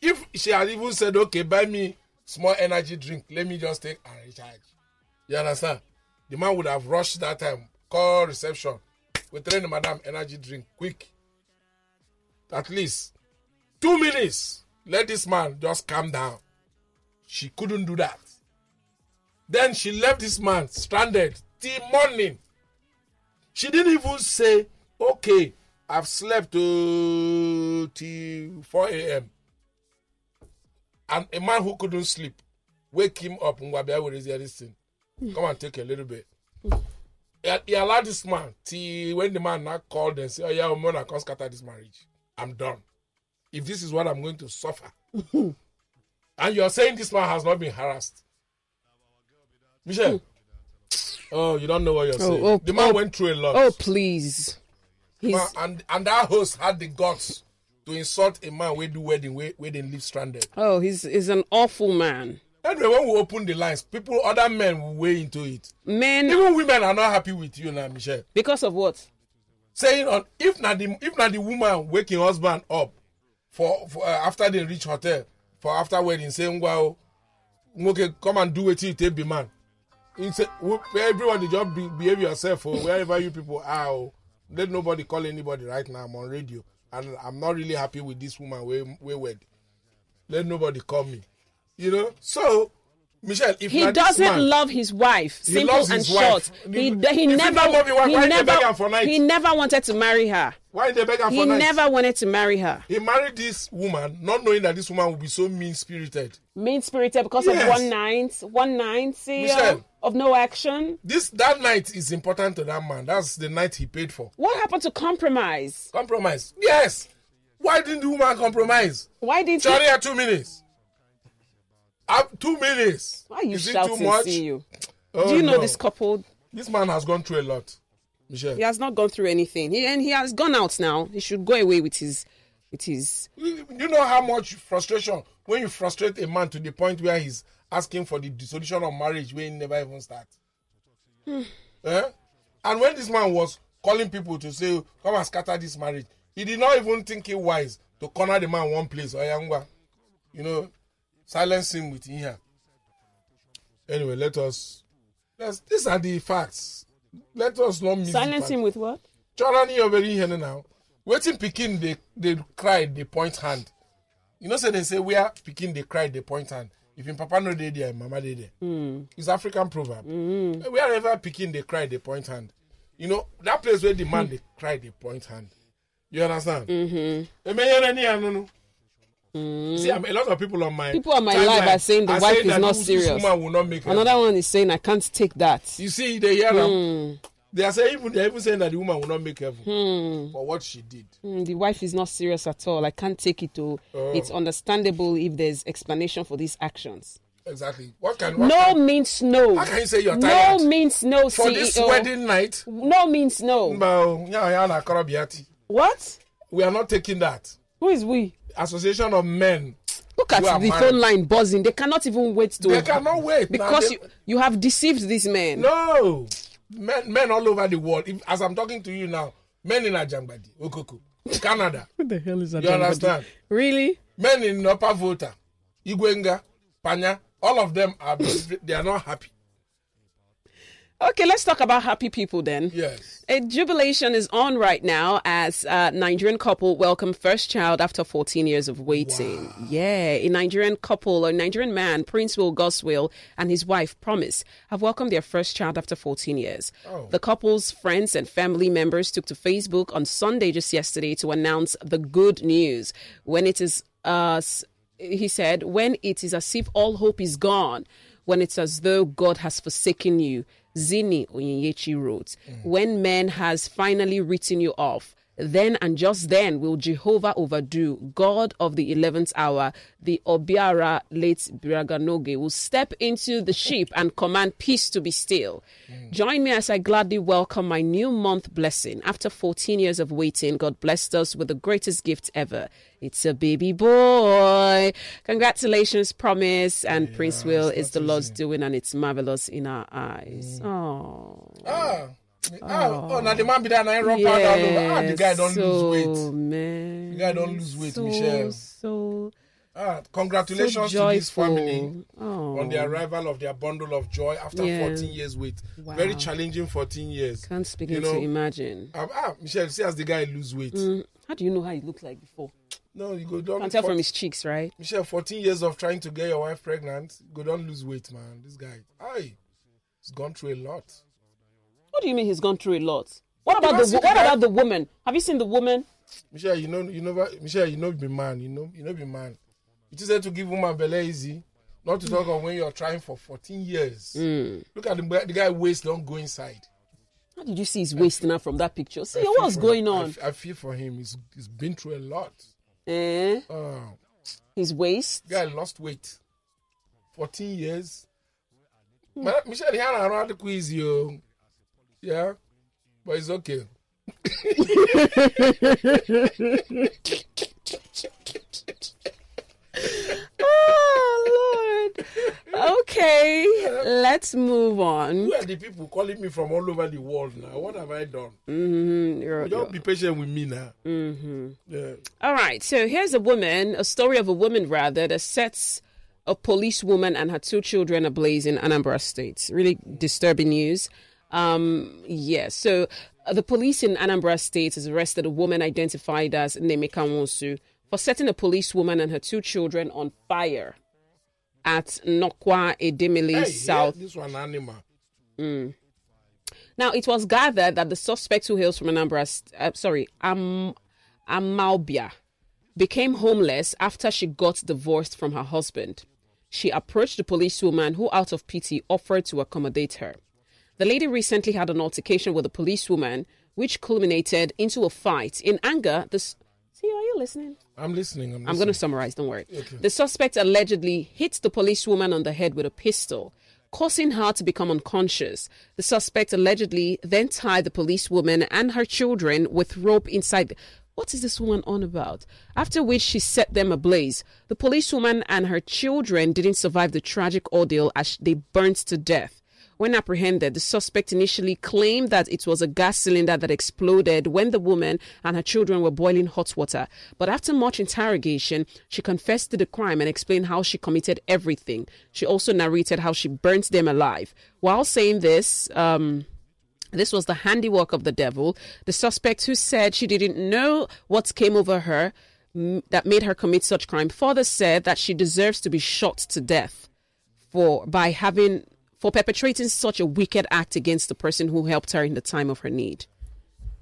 [SPEAKER 4] if she had even said, "Okay, buy me small energy drink, let me just take and recharge," you understand? The man would have rushed that time, call reception, we train the madam energy drink quick. At least two minutes. Let this man just calm down. She couldn't do that. Then she left this man stranded till morning. She didn't even say, okay, I've slept uh, till 4 a.m. And a man who couldn't
[SPEAKER 3] Hmm.
[SPEAKER 4] sleep, wake him up. Ngwabi, I will raise this thing. Come and take a little bit. Eh, he, he allowed this man till when the man now called and said, Oh, yeah, I'm gonna come scatter this marriage. I'm done. If this is what I'm going to suffer. and you're saying this man has not been harassed. Michelle. oh, you don't know what you're saying.
[SPEAKER 3] Hmm. oh,
[SPEAKER 4] the man
[SPEAKER 3] oh.
[SPEAKER 4] went through a lot.
[SPEAKER 3] Oh, please. He's,
[SPEAKER 4] Man, and, and that host had the guts to insult a man we do wedding, we, we didn't leave stranded.
[SPEAKER 3] oh, he's, he's an awful man.
[SPEAKER 4] Anyway, when we open the lines, people, other men will weigh into it.
[SPEAKER 3] Men,
[SPEAKER 4] Even women are not happy with you now, Michelle.
[SPEAKER 3] because of what?
[SPEAKER 4] saying on if na the if na the woman waking husband up for, for uh, after they reach hotel for after wedding say ngwa o nwoke come and do wetin you take be man he say wo- everyone dey just be, behave yourself o wherever you people are o let nobody call anybody right now i'm on radio and i'm not really happy with this woman wey wey wed let nobody call me you know so michelle if
[SPEAKER 3] He
[SPEAKER 4] na this
[SPEAKER 3] doesn't
[SPEAKER 4] man,
[SPEAKER 3] love his wife.
[SPEAKER 4] He
[SPEAKER 3] simple
[SPEAKER 4] loves
[SPEAKER 3] and
[SPEAKER 4] his wife.
[SPEAKER 3] short. He,
[SPEAKER 4] If
[SPEAKER 3] d- he
[SPEAKER 4] he
[SPEAKER 3] never,
[SPEAKER 4] don't love his wife,
[SPEAKER 3] he
[SPEAKER 4] why did they beg
[SPEAKER 3] never,
[SPEAKER 4] her for night?
[SPEAKER 3] he never wanted to marry her.
[SPEAKER 4] why dey beg am
[SPEAKER 3] He
[SPEAKER 4] for night
[SPEAKER 3] never wanted to marry her.
[SPEAKER 4] he marry this woman not knowing that this woman will be so mean spirited
[SPEAKER 3] Mean spirited because
[SPEAKER 4] Yes.
[SPEAKER 3] of one night, one night, see,
[SPEAKER 4] Michelle.
[SPEAKER 3] of no action.
[SPEAKER 4] this that night is important to that man. That's the night he paid for.
[SPEAKER 3] What happened to compromise?
[SPEAKER 4] Compromise. Yes. Why didn't the woman compromise?
[SPEAKER 3] Why did he?
[SPEAKER 4] Charlie had two minutes. Up two minutes.
[SPEAKER 3] Why are you
[SPEAKER 4] is it
[SPEAKER 3] shouting?
[SPEAKER 4] too much?
[SPEAKER 3] See you.
[SPEAKER 4] Oh,
[SPEAKER 3] Do you know
[SPEAKER 4] no.
[SPEAKER 3] this couple?
[SPEAKER 4] This man has gone through a lot, Michelle.
[SPEAKER 3] He has not gone through anything. He and he has gone out now. He should go away with his, with his.
[SPEAKER 4] You you know how much frustration when you frustrate a man to the point where he's asking for the dissolution of marriage when he never even start.
[SPEAKER 3] Hmm.
[SPEAKER 4] eh? And when this man was calling people to say, come and scatter this marriage, he did not even think it wise to corner the man one place. Oyangwa, you know, silence him with here. Anyway, let us. Let's, these are the facts. Let us not miss the
[SPEAKER 3] Silence
[SPEAKER 4] facts.
[SPEAKER 3] him with what?
[SPEAKER 4] Chorani you're very here now. Waiting picking they they cry they point hand. You know say they say we are picking they cry they point hand. If in Papa no dey there, Mama dey there.
[SPEAKER 3] Hmm.
[SPEAKER 4] It's African proverb. Eh, Wherever picking they cry they point hand. You know that place where the man
[SPEAKER 3] Hmm.
[SPEAKER 4] they cry they point hand. You understand? Mm-hmm. See, I'm, a lot of people on my
[SPEAKER 3] Hmm. People on my live
[SPEAKER 4] timeline
[SPEAKER 3] are saying the wife is
[SPEAKER 4] that
[SPEAKER 3] not
[SPEAKER 4] this
[SPEAKER 3] serious.
[SPEAKER 4] woman will not make it.
[SPEAKER 3] Another one is saying, I can't take that.
[SPEAKER 4] You see, they hear them.
[SPEAKER 3] Hmm.
[SPEAKER 4] They are saying even they are even saying that the woman will not make heaven
[SPEAKER 3] Hmm.
[SPEAKER 4] for what she did.
[SPEAKER 3] Mm, the wife is not serious at all. I can't take it. To
[SPEAKER 4] Oh.
[SPEAKER 3] it's understandable if there's explanation for these actions.
[SPEAKER 4] Exactly. What can what
[SPEAKER 3] no
[SPEAKER 4] can-
[SPEAKER 3] means no.
[SPEAKER 4] How can you say you're
[SPEAKER 3] No
[SPEAKER 4] tired?
[SPEAKER 3] means no. E
[SPEAKER 4] for
[SPEAKER 3] CEO.
[SPEAKER 4] this wedding night?
[SPEAKER 3] No means no.
[SPEAKER 4] well, yeah, yeah, na korobiati.
[SPEAKER 3] What?
[SPEAKER 4] We are not taking that.
[SPEAKER 3] Who is we?
[SPEAKER 4] Association of men.
[SPEAKER 3] Look at
[SPEAKER 4] We are
[SPEAKER 3] the
[SPEAKER 4] married.
[SPEAKER 3] phone line buzzing. They cannot even wait to.
[SPEAKER 4] They cannot wait. now.
[SPEAKER 3] because
[SPEAKER 4] They-
[SPEAKER 3] you, you have deceived these men.
[SPEAKER 4] no men men all over the world. If, as I'm talking to you now, men in Ajambadi, Okoku, Canada.
[SPEAKER 3] What the hell is that?
[SPEAKER 4] You understand?
[SPEAKER 3] Really?
[SPEAKER 4] Men in Upper Volta, Igwenga, Panya, all of them are they are not happy.
[SPEAKER 3] Okay, let's talk about happy people then.
[SPEAKER 4] Yes.
[SPEAKER 3] A jubilation is on right now as a Nigerian couple welcome first child after 14 years of waiting. Yeah, a Nigerian couple, a Nigerian man, Prince Will Goswill, and his wife Promise have welcomed their first child after 14 years. The couple's friends and family members took to Facebook on Sunday just yesterday to announce the good news. When it is uh, s- he said, when it is as if all hope is gone, when it's as though God has forsaken you, Zini Onyechi wrote, when man has finally written you off, then and just then will Jehovah overdo, God of the 11th hour, the Obiara late Biraganoge, will step into the sheep and command peace to be still. Join me as I gladly welcome my new month blessing. After 14 years of waiting, God blessed us with the greatest gift ever. It's a baby boy. Congratulations, Promise and Prince Will is the Lord's doing, and it's marvelous in our eyes.
[SPEAKER 4] Mm.
[SPEAKER 3] Oh,
[SPEAKER 4] Ah. Ah, oh, now the man be that now he run powder all over. Ah, the guy don't
[SPEAKER 3] so,
[SPEAKER 4] lose weight.
[SPEAKER 3] Man,
[SPEAKER 4] The guy don't lose weight,
[SPEAKER 3] so,
[SPEAKER 4] Michelle.
[SPEAKER 3] So,
[SPEAKER 4] Ah,
[SPEAKER 3] so
[SPEAKER 4] congratulations
[SPEAKER 3] joyful.
[SPEAKER 4] to this family
[SPEAKER 3] Oh,
[SPEAKER 4] on the arrival of their bundle of joy after
[SPEAKER 3] Yeah.
[SPEAKER 4] 14 years wait. Very challenging 14 years.
[SPEAKER 3] can't begin
[SPEAKER 4] you know,
[SPEAKER 3] to imagine.
[SPEAKER 4] um, ah, Michelle, see as the guy lose weight.
[SPEAKER 3] How do you know how he looked like before?
[SPEAKER 4] No, you go down.
[SPEAKER 3] Mm. Can't tell from his cheeks, right?
[SPEAKER 4] Michelle, 14 years of trying to get your wife pregnant, go don't lose weight, man. This guy, aye, he's gone through a lot.
[SPEAKER 3] What do you mean he's gone through a lot? What about the
[SPEAKER 4] Because
[SPEAKER 3] wo-
[SPEAKER 4] he
[SPEAKER 3] what
[SPEAKER 4] had-
[SPEAKER 3] about the woman? Have you seen the woman?
[SPEAKER 4] Michelle, you know, you never, Michelle, you know, be man, you know, you know, be man. It is there to give woman belly easy, not to talk
[SPEAKER 3] Mm.
[SPEAKER 4] of when you're trying for 14 years. Look at the, the guy waist don't go inside.
[SPEAKER 3] How did you see his waist now from that picture? See, what's
[SPEAKER 4] for-
[SPEAKER 3] going
[SPEAKER 4] I
[SPEAKER 3] on?
[SPEAKER 4] f- I, feel for him. He's he's been through a lot.
[SPEAKER 3] Eh?
[SPEAKER 4] Oh,
[SPEAKER 3] His waist?
[SPEAKER 4] guy lost weight. Fourteen years.
[SPEAKER 3] Hmm.
[SPEAKER 4] Ma- Michelle Hannah around the quiz you. Yeah, but it's okay.
[SPEAKER 3] Oh, Lord. Okay, let's move on.
[SPEAKER 4] Who are the people calling me from all over the world now? What have I done?
[SPEAKER 3] Mm, you're-
[SPEAKER 4] Don't
[SPEAKER 3] you're-
[SPEAKER 4] be patient with me now. Mm-hmm. Yeah.
[SPEAKER 3] All right, so here's a woman, a story of a woman rather, that sets a policewoman and her two children ablaze in Anambra State. Really disturbing news. Um, yeah, so uh, the police in Anambra State has arrested a woman identified as Nemeka Wonsu for setting a policewoman and her two children on fire at Nokwa Edemili
[SPEAKER 4] Hey,
[SPEAKER 3] South
[SPEAKER 4] yeah, this one animal.
[SPEAKER 3] Now, it was gathered that the suspect who hails from Anambra, st- uh, sorry, Am- Amaubia, became homeless after she got divorced from her husband. She approached the policewoman who, out of pity, offered to accommodate her. The lady recently had an altercation with a policewoman, which culminated into a fight. In anger, this. See, are you listening?
[SPEAKER 4] I'm listening. I'm,
[SPEAKER 3] I'm going to
[SPEAKER 4] listening.
[SPEAKER 3] summarize, don't worry. The suspect allegedly hit the policewoman on the head with a pistol, causing her to become unconscious. The suspect allegedly then tied the policewoman and her children with rope inside. The- what is this woman on about? After which she set them ablaze. The policewoman and her children didn't survive the tragic ordeal as they burnt to death. When apprehended, the suspect initially claimed that it was a gas cylinder that exploded when the woman and her children were boiling hot water. But after much interrogation, she confessed to the crime and explained how she committed everything. She also narrated how she burnt them alive. While saying this, um, this was the handiwork of the devil. The suspect who said she didn't know what came over her mm, that made her commit such crime further said that she deserves to be shot to death for by having for perpetrating such a wicked act against the person who helped her in the time of her need.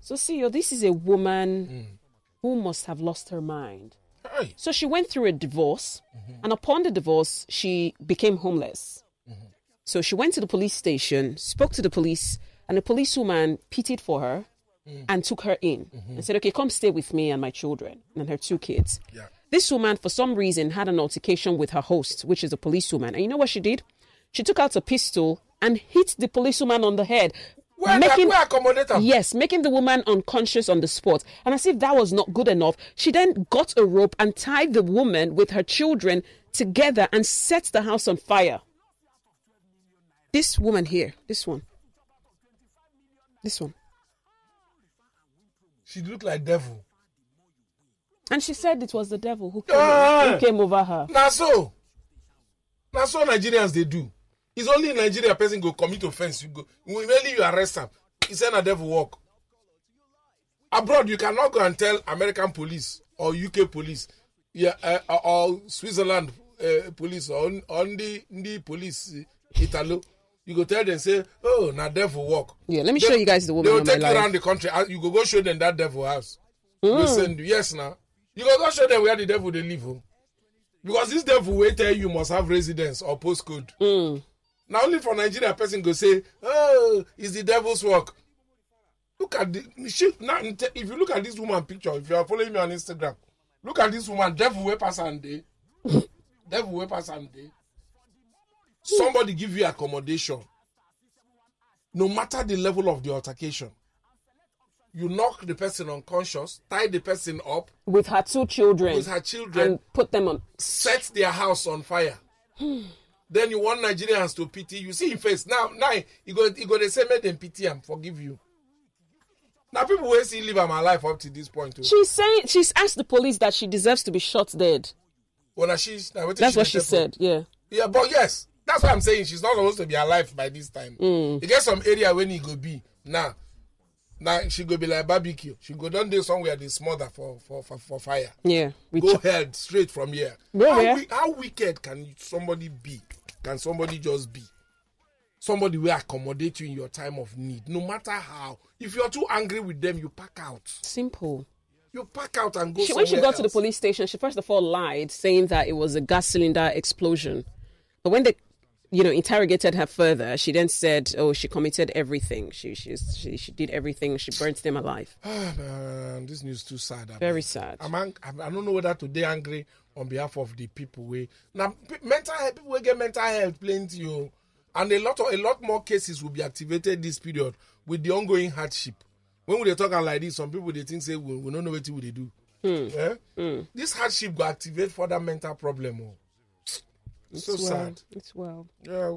[SPEAKER 3] So see, oh, this is a woman who must have lost her mind.
[SPEAKER 4] Hey,
[SPEAKER 3] So she went through a divorce,
[SPEAKER 4] Mm-hmm.
[SPEAKER 3] and upon the divorce, she became homeless.
[SPEAKER 4] Mm-hmm.
[SPEAKER 3] So she went to the police station, spoke to the police, and the policewoman pitied for her
[SPEAKER 4] Mm.
[SPEAKER 3] and took her in
[SPEAKER 4] Mm-hmm.
[SPEAKER 3] and said, Okay, come stay with me and my children and her two kids.
[SPEAKER 4] yeah.
[SPEAKER 3] This woman, for some reason, had an altercation with her host, which is a policewoman. And you know what she did? She took out a pistol and hit the policewoman on the head.
[SPEAKER 4] Where,
[SPEAKER 3] making-
[SPEAKER 4] where accommodate am?
[SPEAKER 3] Yes, making the woman unconscious on the spot. And as if that was not good enough, she then got a rope and tied the woman with her children together and set the house on fire. This woman here, this one. This one.
[SPEAKER 4] She look like devil.
[SPEAKER 3] And she said it was the devil who came,
[SPEAKER 4] Ah!
[SPEAKER 3] who came over her.
[SPEAKER 4] Na so. Na so Nigerians they do. It's only in Nigeria person go commit offense. You go when only you arrest him. He said na devil work. Abroad you cannot go and tell American police or UK police, yeah, uh, or- or Switzerland uh, police or only the police uh, Italo. You go tell them say, oh, na devil work.
[SPEAKER 3] Yeah, let me show you guys the
[SPEAKER 4] They
[SPEAKER 3] woman
[SPEAKER 4] will
[SPEAKER 3] on my
[SPEAKER 4] take you
[SPEAKER 3] life. Hmm.
[SPEAKER 4] around the country. and You go go show them that devil house. They send you. Yes, now. You go go show them where the devil they live. oh. Because this devil will tell you must have residence or postcode.
[SPEAKER 3] Hmm.
[SPEAKER 4] Now only for Nigeria person go say, oh, it's the devil's work. Look at the she, now, if you look at this woman picture, if you are following me on Instagram, look at this woman, devil way pass and day. devil way pass and day. Somebody give you accommodation no matter the level of the altercation, you knock the person unconscious, tie the person up
[SPEAKER 3] With her two children.
[SPEAKER 4] with her children,
[SPEAKER 3] And put them on.
[SPEAKER 4] set their house on fire. then you want Nigerians to pity you. See in face now, now you go, you go. They say make them pity and forgive you. Now people will see live my life up to this point. oh. Too.
[SPEAKER 3] She's saying, she's asked the police that she deserves to be shot dead.
[SPEAKER 4] Well, now she's, now wetin
[SPEAKER 3] That's what she
[SPEAKER 4] dey tell people?
[SPEAKER 3] said, yeah.
[SPEAKER 4] Yeah, but yes, that's what I'm saying. She's not supposed to be alive by this time.
[SPEAKER 3] Hmm.
[SPEAKER 4] You get some area when he go be now. Now she go be like barbecue. She go down there somewhere they smother for for for, for fire.
[SPEAKER 3] Yeah. We
[SPEAKER 4] Go head straight from here.
[SPEAKER 3] Go
[SPEAKER 4] how,
[SPEAKER 3] where?
[SPEAKER 4] how wicked can somebody be? Can somebody just be? Somebody will accommodate you in your time of need, no matter how. If you're too angry with them, you pack out.
[SPEAKER 3] Simple.
[SPEAKER 4] You pack out and go.
[SPEAKER 3] She, when she
[SPEAKER 4] somewhere
[SPEAKER 3] got to the
[SPEAKER 4] else.
[SPEAKER 3] police station, she first of all lied, saying that it was a gas cylinder explosion. But when they you know, interrogated her further, she then said, "Oh, she committed everything. She she she, she did everything. She burnt them alive."
[SPEAKER 4] Ah, man, this news too sad. Abi.
[SPEAKER 3] Very sad.
[SPEAKER 4] I'm ang- I'm- I don't know whether today angry on behalf of the people we now pe- mental health people will get mental health plenty you and a lot of a lot more cases will be activated this period with the ongoing hardship. When we dey talk am like this, some people they think say we, we don't know what we they do.
[SPEAKER 3] Hmm.
[SPEAKER 4] Eh? This hardship will activate further mental problem. Oh. so
[SPEAKER 3] It's well.
[SPEAKER 4] sad.
[SPEAKER 3] It's well.
[SPEAKER 4] Yeah,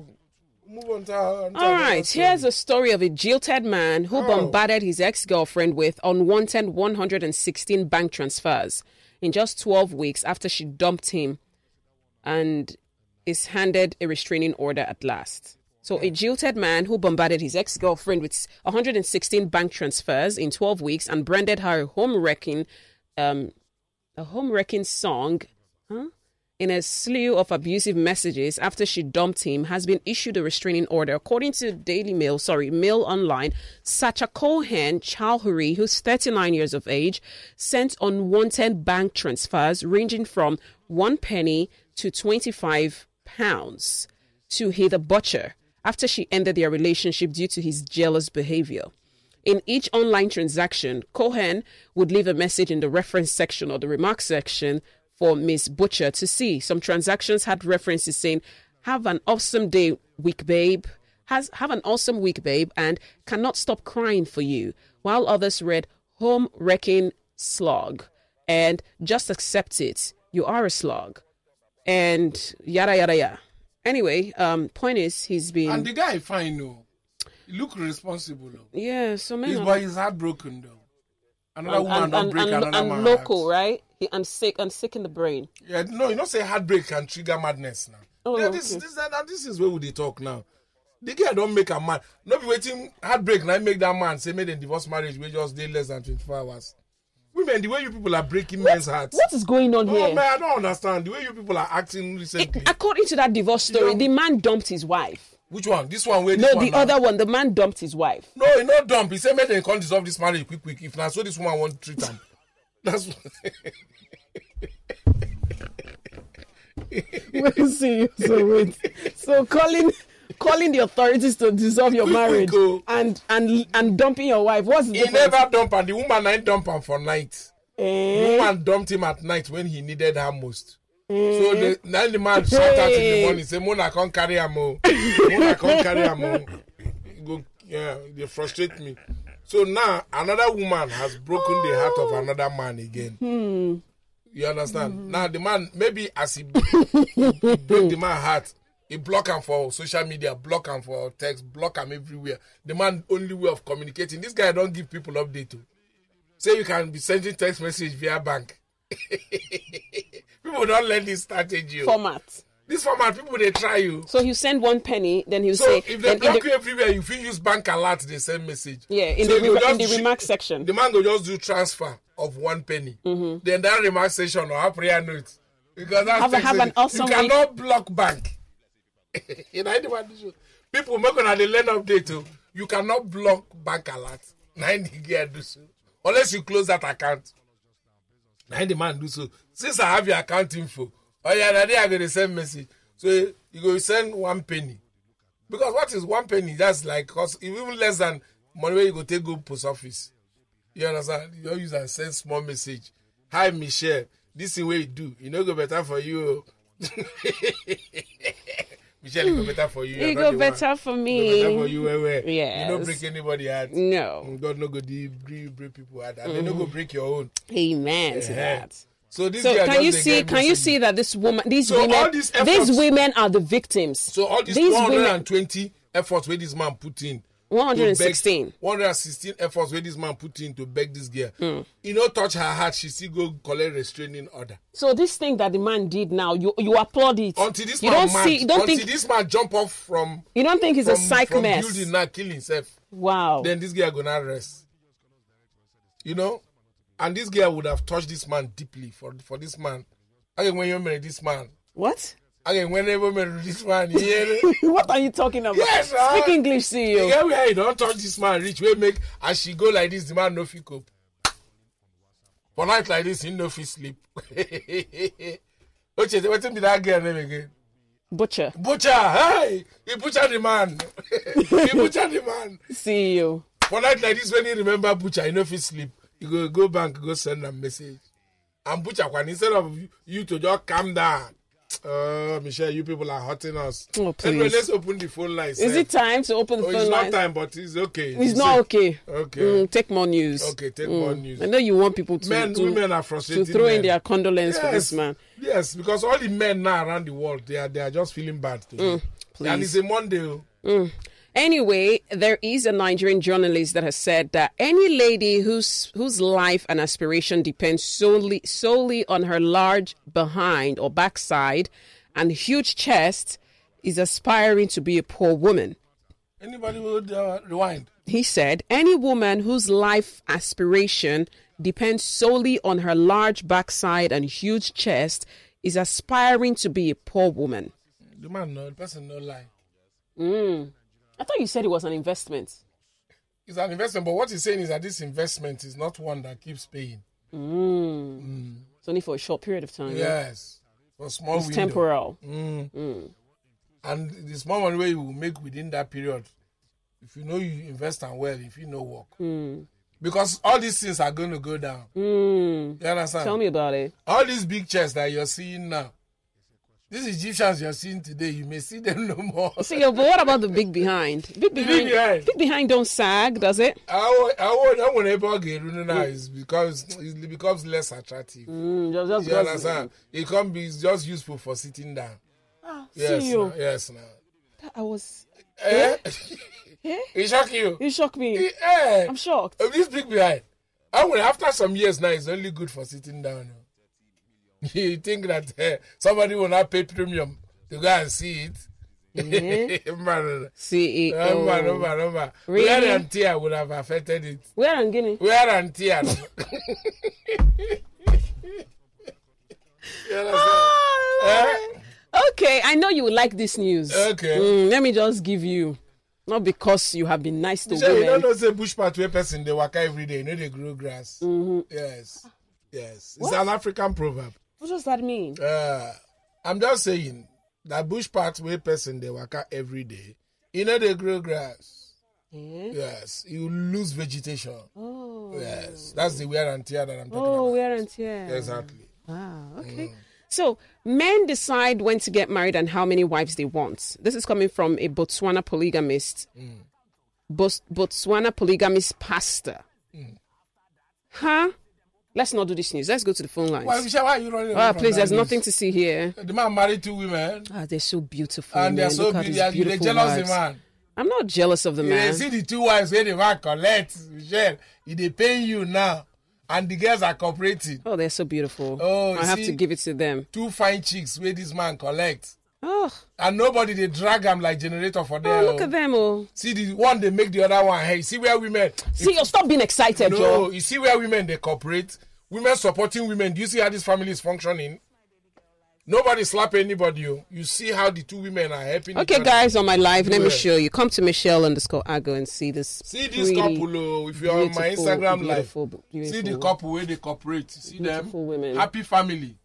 [SPEAKER 4] move on to. on to
[SPEAKER 3] All
[SPEAKER 4] another
[SPEAKER 3] right,
[SPEAKER 4] story.
[SPEAKER 3] here's a story of a jilted man who
[SPEAKER 4] Oh.
[SPEAKER 3] bombarded his ex girlfriend with unwanted 116 bank transfers in just 12 weeks after she dumped him and is handed a restraining order at last. So, a jilted man who bombarded his ex girlfriend with 116 bank transfers in 12 weeks and branded her a home wrecking, um, a home wrecking song in a slew of abusive messages after she dumped him has been issued a restraining order. According to Daily Mail, sorry, Mail Online, Sacha Cohen Chalhuri, who's 39 years of age, sent unwanted bank transfers ranging from one penny to 25 pounds to Heather Butcher after she ended their relationship due to his jealous behavior. In each online transaction, Cohen would leave a message in the reference section or the remarks section for Miss Butcher to see. Some transactions had references saying, Have an awesome day, week babe. Has have an awesome week, babe, and cannot stop crying for you. While others read home wrecking slog and just accept it. You are a slog. And yada yada yada. Anyway, um point is he's been
[SPEAKER 4] And the guy fine though. He look responsible oh. though.
[SPEAKER 3] Yeah, so many
[SPEAKER 4] This boy is heartbroken though. Another
[SPEAKER 3] and,
[SPEAKER 4] woman
[SPEAKER 3] and,
[SPEAKER 4] don't
[SPEAKER 3] and-
[SPEAKER 4] break
[SPEAKER 3] and-
[SPEAKER 4] another
[SPEAKER 3] and
[SPEAKER 4] man.
[SPEAKER 3] local,
[SPEAKER 4] heart.
[SPEAKER 3] right? He, I'm sick. I'm sick in the brain.
[SPEAKER 4] Yeah, no, you know say heartbreak can trigger madness now.
[SPEAKER 3] Oh,
[SPEAKER 4] yeah, this,
[SPEAKER 3] okay.
[SPEAKER 4] this, and, and this is where we dey talk now. The girl don't make a man. No be waiting heartbreak now make that man say make them divorce marriage wey just dey less than twenty four hours. Women, the way you people are breaking men's hearts.
[SPEAKER 3] What is going on
[SPEAKER 4] Oh
[SPEAKER 3] here?
[SPEAKER 4] man, I don't understand the way you people are acting
[SPEAKER 3] It-
[SPEAKER 4] recently.
[SPEAKER 3] according to that divorce story,
[SPEAKER 4] know-
[SPEAKER 3] the man dumped his wife.
[SPEAKER 4] Which one? This one where this
[SPEAKER 3] No,
[SPEAKER 4] one
[SPEAKER 3] the
[SPEAKER 4] now?
[SPEAKER 3] other one, the man dumped his wife.
[SPEAKER 4] No, he no dump. He say make dem come dissolve this marriage quick quick. If na so this woman wan treat am. That's
[SPEAKER 3] Wait, see, so wait. So calling, calling the authorities to dissolve your
[SPEAKER 4] Quick,
[SPEAKER 3] marriage
[SPEAKER 4] quick, oh.
[SPEAKER 3] and and and dumping your wife. What's the
[SPEAKER 4] he
[SPEAKER 3] difference?
[SPEAKER 4] never dump am. The woman na him dump am for night. The
[SPEAKER 3] Eh?
[SPEAKER 4] woman dumped him at night when he needed her most. So the, now the man shout out in the
[SPEAKER 3] Hey.
[SPEAKER 4] morning say Mona come carry am o. Mona come carry am o. He Go yeah, dey frustrate me. So now another woman has broken the heart of another man again. You understand? Now the man maybe as he break
[SPEAKER 3] Mm.
[SPEAKER 4] the man heart he block am for social media block am for text block am everywhere the man only way of communicating this guy don give people update o say you can be sending text message via bank people don learn this strategy o
[SPEAKER 3] Format.
[SPEAKER 4] this format people dey try o
[SPEAKER 3] So he'll send one penny, then he'll
[SPEAKER 4] so
[SPEAKER 3] say. then
[SPEAKER 4] if dem
[SPEAKER 3] in
[SPEAKER 4] block
[SPEAKER 3] the-
[SPEAKER 4] you everywhere you fit use bank alert dey send message
[SPEAKER 3] yeah, in
[SPEAKER 4] so
[SPEAKER 3] the,
[SPEAKER 4] you
[SPEAKER 3] re- in
[SPEAKER 4] just
[SPEAKER 3] the
[SPEAKER 4] shoot-
[SPEAKER 3] remark section.
[SPEAKER 4] the man go just do transfer of one penny mm-hmm. then that remark session or her prayer note because that's
[SPEAKER 3] Have a-
[SPEAKER 4] text
[SPEAKER 3] have an
[SPEAKER 4] message.
[SPEAKER 3] awesome
[SPEAKER 4] you cannot block bank you know anyone do people make una dey learn update o you cannot block bank alert na him the girl do so unless you close that account na him the man do so since i have your account info oh oya na there i go dey send message so you go send one penny because what is one penny that's like cause if even less than money wey you go take go post office you understand you don use am send small message hi michelle this thing wey you do e no go better for you o michelle e go better for you you
[SPEAKER 3] It
[SPEAKER 4] are
[SPEAKER 3] go
[SPEAKER 4] not the one.
[SPEAKER 3] better for
[SPEAKER 4] E go better for
[SPEAKER 3] me.
[SPEAKER 4] you well well you no
[SPEAKER 3] Yes.
[SPEAKER 4] break anybody heart Mm,
[SPEAKER 3] No.
[SPEAKER 4] god no go dey gree break people heart and mm. they no go break your own
[SPEAKER 3] Amen to
[SPEAKER 4] Eh.
[SPEAKER 3] that.
[SPEAKER 4] so this
[SPEAKER 3] So
[SPEAKER 4] girl
[SPEAKER 3] can you
[SPEAKER 4] just dey
[SPEAKER 3] see?
[SPEAKER 4] get
[SPEAKER 3] Can you
[SPEAKER 4] message.
[SPEAKER 3] see that this woman, these
[SPEAKER 4] So all
[SPEAKER 3] women,
[SPEAKER 4] these
[SPEAKER 3] these,
[SPEAKER 4] efforts-
[SPEAKER 3] women are the victims.
[SPEAKER 4] So all these,
[SPEAKER 3] these women,
[SPEAKER 4] 120 efforts where this man put in. to beg-
[SPEAKER 3] 116.
[SPEAKER 4] 116 efforts where this man put in to beg this girl.
[SPEAKER 3] Hmm.
[SPEAKER 4] You know, touch her heart, she still go collect restraining order.
[SPEAKER 3] so this thing that the man did now, you you applaud it.
[SPEAKER 4] Until this
[SPEAKER 3] you
[SPEAKER 4] man
[SPEAKER 3] don't
[SPEAKER 4] mad,
[SPEAKER 3] see, you don't
[SPEAKER 4] until
[SPEAKER 3] think,
[SPEAKER 4] this man jump off from,
[SPEAKER 3] you don't think he's
[SPEAKER 4] from,
[SPEAKER 3] a psych
[SPEAKER 4] from
[SPEAKER 3] mess.
[SPEAKER 4] building now, kill himself.
[SPEAKER 3] Wow.
[SPEAKER 4] Then this girl gonna rest. You know? And this girl would have touched this man deeply for, for this man. Again, when you marry this man.
[SPEAKER 3] what?
[SPEAKER 4] Again, whenever you marry this man, yeah.
[SPEAKER 3] what are you talking about?
[SPEAKER 4] Yes, uh,
[SPEAKER 3] Speak English, E
[SPEAKER 4] The
[SPEAKER 3] CEO.
[SPEAKER 4] girl wey he don touch this man reach wey make as she go like this the man no fit cope. For night like this he no fit sleep. Oche wetin be that girl name again?
[SPEAKER 3] Butcher,
[SPEAKER 4] Butcher, hey! He butchered the man. he butchered the man.
[SPEAKER 3] CEO.
[SPEAKER 4] For night like this, when you remember Butcher, you know if you sleep, you go go bank, go send a message. And Butcher, Kwan, instead of you- you to just calm down, uh, Michelle, you people are hurting us.
[SPEAKER 3] Oh, please.
[SPEAKER 4] Anyway, let's open the phone line.
[SPEAKER 3] Is it time to open the
[SPEAKER 4] Oh,
[SPEAKER 3] phone
[SPEAKER 4] it's
[SPEAKER 3] line?
[SPEAKER 4] not time, but it's okay.
[SPEAKER 3] It's not
[SPEAKER 4] safe.
[SPEAKER 3] okay.
[SPEAKER 4] Okay.
[SPEAKER 3] Mm, take more news. Mm.
[SPEAKER 4] Okay, take more news.
[SPEAKER 3] I know you want people to,
[SPEAKER 4] Men,
[SPEAKER 3] to,
[SPEAKER 4] women are
[SPEAKER 3] to
[SPEAKER 4] frustrated.
[SPEAKER 3] throw in
[SPEAKER 4] men.
[SPEAKER 3] their condolence for
[SPEAKER 4] Yes.
[SPEAKER 3] this man.
[SPEAKER 4] Yes, because all the men now around the world, they are they are just feeling bad.
[SPEAKER 3] Mm,
[SPEAKER 4] Today. And it's a Monday. oh.
[SPEAKER 3] Anyway, there is a Nigerian journalist that has said that any lady whose whose life and aspiration depends solely solely on her large behind or backside and huge chest is aspiring to be a poor woman.
[SPEAKER 4] Anybody would uh, rewind.
[SPEAKER 3] He said, any woman whose life aspiration depends solely on her large backside and huge chest is aspiring to be a poor woman.
[SPEAKER 4] The man, no, the person, no lie.
[SPEAKER 3] I thought you said it was an investment.
[SPEAKER 4] It's an investment, but what he's saying is that this investment is not one that keeps paying.
[SPEAKER 3] Hmm. It's only for a short period of time.
[SPEAKER 4] Yes, for small
[SPEAKER 3] Mm. It's
[SPEAKER 4] window.
[SPEAKER 3] temporal.
[SPEAKER 4] and the small money wey you will make within that period if you know you invest am well if you no work
[SPEAKER 3] Mm.
[SPEAKER 4] because all these things are going to go down you understand
[SPEAKER 3] Hmm. Tell me about it.
[SPEAKER 4] all these big chests that you're seeing now these egyptians you're seeing today you may see them no more
[SPEAKER 3] See, yo, but what about the big behind? Big behind.
[SPEAKER 4] behind.
[SPEAKER 3] big behind don't sag, does it?
[SPEAKER 4] how how how when ebo ge runu now is becomes it becomes less attractive
[SPEAKER 3] Mm, just, just,
[SPEAKER 4] you understand it come be just useful for sitting down yes
[SPEAKER 3] See you.
[SPEAKER 4] now, yes now
[SPEAKER 3] I was.
[SPEAKER 4] eh
[SPEAKER 3] Eh?
[SPEAKER 4] e shock you
[SPEAKER 3] You shocked me.
[SPEAKER 4] eh
[SPEAKER 3] I'm shocked.
[SPEAKER 4] Uh, this big behind. I will after some years now it's only good for sitting down. oh. you think that eh, somebody will not pay premium to go and see it? man,
[SPEAKER 3] CEO.
[SPEAKER 4] oh, man, oh, man, oh, man.
[SPEAKER 3] Mm-hmm. Really?
[SPEAKER 4] Wear and tear would have affected it.
[SPEAKER 3] Where in Guinea?
[SPEAKER 4] Wear and tear. You understand?
[SPEAKER 3] Ah,
[SPEAKER 4] Eh?
[SPEAKER 3] Lord. Okay, I know you will like this news.
[SPEAKER 4] Okay.
[SPEAKER 3] Mm, let me just give you, not because you have been nice to
[SPEAKER 4] So you don't
[SPEAKER 3] women.
[SPEAKER 4] know say bush part where person they waka every day, you know they grow grass.
[SPEAKER 3] Mm-hmm.
[SPEAKER 4] Yes. Yes. It's an African proverb.
[SPEAKER 3] What does that mean?
[SPEAKER 4] Uh, I'm just saying that bush pathway person they waka every day. You know they grow grass.
[SPEAKER 3] Eh?
[SPEAKER 4] Yes, you lose vegetation.
[SPEAKER 3] Oh,
[SPEAKER 4] Yes, that's the wear and tear that I'm talking
[SPEAKER 3] oh,
[SPEAKER 4] about.
[SPEAKER 3] where and here.
[SPEAKER 4] Exactly.
[SPEAKER 3] Wow, okay.
[SPEAKER 4] Mm.
[SPEAKER 3] So, men decide when to get married and how many wives they want. This is coming from a Botswana polygamist,
[SPEAKER 4] Mm.
[SPEAKER 3] Bos- Botswana polygamist pastor.
[SPEAKER 4] Mm.
[SPEAKER 3] Huh? Let's not do this news. Let's go to the phone lines.
[SPEAKER 4] Why, Michelle, why are you running? away
[SPEAKER 3] Ah,
[SPEAKER 4] from
[SPEAKER 3] please,
[SPEAKER 4] that
[SPEAKER 3] there's
[SPEAKER 4] news?
[SPEAKER 3] nothing to see here.
[SPEAKER 4] The man married two women,
[SPEAKER 3] Ah, they're so beautiful.
[SPEAKER 4] and they're
[SPEAKER 3] man.
[SPEAKER 4] so
[SPEAKER 3] Look at these
[SPEAKER 4] beautiful. They're
[SPEAKER 3] beautiful
[SPEAKER 4] jealous
[SPEAKER 3] wives.
[SPEAKER 4] the man.
[SPEAKER 3] I'm not jealous of the
[SPEAKER 4] They
[SPEAKER 3] man.
[SPEAKER 4] see the two wives where the man collect. Michelle, he they paying you now, and the girls are cooperating.
[SPEAKER 3] Oh, they're so beautiful.
[SPEAKER 4] Oh,
[SPEAKER 3] I have to
[SPEAKER 4] see?
[SPEAKER 3] give it to them.
[SPEAKER 4] Two fine chicks where this man collect,
[SPEAKER 3] Oh,
[SPEAKER 4] and nobody they drag him like generator for them.
[SPEAKER 3] oh look at them. Oh,
[SPEAKER 4] see the one they make the other one hey see where women
[SPEAKER 3] see, you stop being excited, Joe.
[SPEAKER 4] no you see where women they cooperate women supporting women do you see how this family is functioning nobody slap anybody oh. you see how the two women are helping each
[SPEAKER 3] Okay,
[SPEAKER 4] other.
[SPEAKER 3] guys, on my live, let me
[SPEAKER 4] Yeah.
[SPEAKER 3] show you. Come to Michelle underscore Ago and see this.
[SPEAKER 4] see this couple oh, if you're on my
[SPEAKER 3] beautiful,
[SPEAKER 4] instagram live
[SPEAKER 3] beautiful, beautiful.
[SPEAKER 4] see the couple where they cooperate see
[SPEAKER 3] Beautiful
[SPEAKER 4] them
[SPEAKER 3] women.
[SPEAKER 4] happy family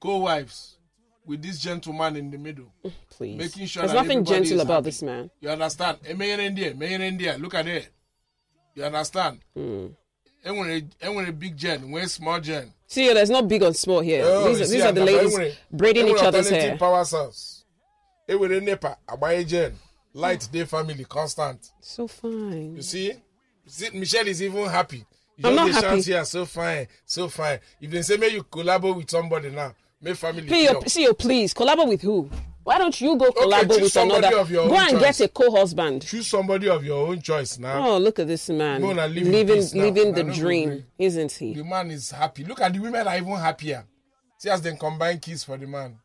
[SPEAKER 4] co-wives with this gentleman in the middle
[SPEAKER 3] Please.
[SPEAKER 4] making sure
[SPEAKER 3] There's
[SPEAKER 4] that
[SPEAKER 3] nothing
[SPEAKER 4] everybody
[SPEAKER 3] gentle
[SPEAKER 4] is
[SPEAKER 3] about
[SPEAKER 4] happy.
[SPEAKER 3] this man.
[SPEAKER 4] You understand? Eh, Emeyere ndị a, emeyere ndị a, look at it. You understand?
[SPEAKER 3] Hmm.
[SPEAKER 4] Eh, Enwere enwere big gen, nwee small gen.
[SPEAKER 3] See, there's no big and small here.
[SPEAKER 4] Oh,
[SPEAKER 3] these are, these are the ladies braiding each other's hair.
[SPEAKER 4] power cells. Enwere nepa, agbaye gen. Light day family constant.
[SPEAKER 3] So fine.
[SPEAKER 4] You see? see Michelle is even happy. You
[SPEAKER 3] I'm
[SPEAKER 4] know
[SPEAKER 3] not
[SPEAKER 4] the chance
[SPEAKER 3] happy.
[SPEAKER 4] here, so fine, so fine. If they say, may you collaborate with somebody now, may family.
[SPEAKER 3] Please,
[SPEAKER 4] pure.
[SPEAKER 3] see, oh, please collaborate with who? Why don't you go collaborate
[SPEAKER 4] choose
[SPEAKER 3] with
[SPEAKER 4] somebody
[SPEAKER 3] another?
[SPEAKER 4] of your
[SPEAKER 3] Go
[SPEAKER 4] own
[SPEAKER 3] and
[SPEAKER 4] choice.
[SPEAKER 3] get a co-husband.
[SPEAKER 4] Choose somebody of your own choice now.
[SPEAKER 3] Oh, look at this man
[SPEAKER 4] Go on and live in
[SPEAKER 3] living
[SPEAKER 4] peace now.
[SPEAKER 3] living
[SPEAKER 4] Now,
[SPEAKER 3] the
[SPEAKER 4] no go
[SPEAKER 3] dream,
[SPEAKER 4] grey.
[SPEAKER 3] isn't he?
[SPEAKER 4] the man is happy. Look at the women are even happier. See as they combine kiss for the man.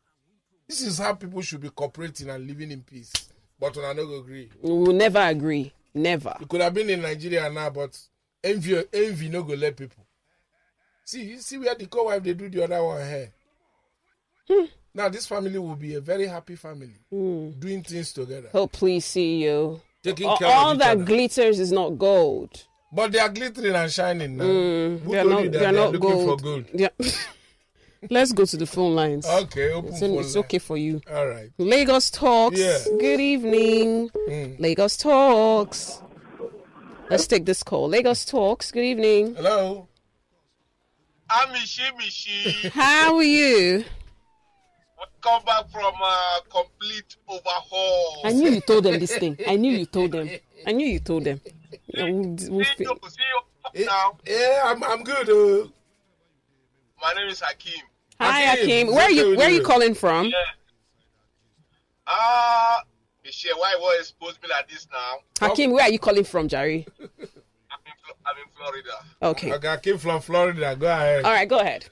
[SPEAKER 4] This is how people should be cooperating and living in peace. But on no go agree.
[SPEAKER 3] We will never agree. Never.
[SPEAKER 4] You could have been in Nigeria now, but envy envy no go let people. See, you see where the co-wife they do the other one here.
[SPEAKER 3] Hmm.
[SPEAKER 4] Now this family will be a very happy family. Doing things together.
[SPEAKER 3] Oh, please, CEO.
[SPEAKER 4] Taking
[SPEAKER 3] Hmm. All,
[SPEAKER 4] care
[SPEAKER 3] all
[SPEAKER 4] of each
[SPEAKER 3] that
[SPEAKER 4] other.
[SPEAKER 3] glitters is not gold.
[SPEAKER 4] But they are glittering and shining now. Who
[SPEAKER 3] Hmm. They are
[SPEAKER 4] told
[SPEAKER 3] not.
[SPEAKER 4] you that
[SPEAKER 3] They are not
[SPEAKER 4] looking
[SPEAKER 3] gold.
[SPEAKER 4] for gold?
[SPEAKER 3] They are- Let's go to the phone lines.
[SPEAKER 4] Okay, open
[SPEAKER 3] It's,
[SPEAKER 4] phone
[SPEAKER 3] it's
[SPEAKER 4] line.
[SPEAKER 3] okay for you.
[SPEAKER 4] All right.
[SPEAKER 3] Lagos Talks.
[SPEAKER 4] Yeah. Mm.
[SPEAKER 3] Good evening. Lagos Talks. Let's take this call. Lagos Talks. Good evening.
[SPEAKER 4] Hello.
[SPEAKER 2] Amishi Mishi,
[SPEAKER 3] How are you?
[SPEAKER 2] come back from a complete overhaul.
[SPEAKER 3] I knew you told them this thing. I knew you told them. I knew you told them. Yeah, we'll- we'll
[SPEAKER 2] See
[SPEAKER 3] fi-
[SPEAKER 2] you, see you
[SPEAKER 4] Eh,
[SPEAKER 2] now.
[SPEAKER 4] Yeah, I'm I'm good. Uh,
[SPEAKER 2] My name is Hakim.
[SPEAKER 3] Hi,
[SPEAKER 4] Hakeem.
[SPEAKER 3] Akim. Where are you?
[SPEAKER 4] Hakeem,
[SPEAKER 3] Where are you
[SPEAKER 4] yeah.
[SPEAKER 3] calling from?
[SPEAKER 2] Yeah. Ah, Mishi, why you want expose me like this now?
[SPEAKER 3] Hakim, where are you calling from, Jerry?
[SPEAKER 2] I'm in, Flo- I'm in Florida.
[SPEAKER 3] Okay.
[SPEAKER 4] I came from Florida. Go ahead.
[SPEAKER 3] All right. Go ahead.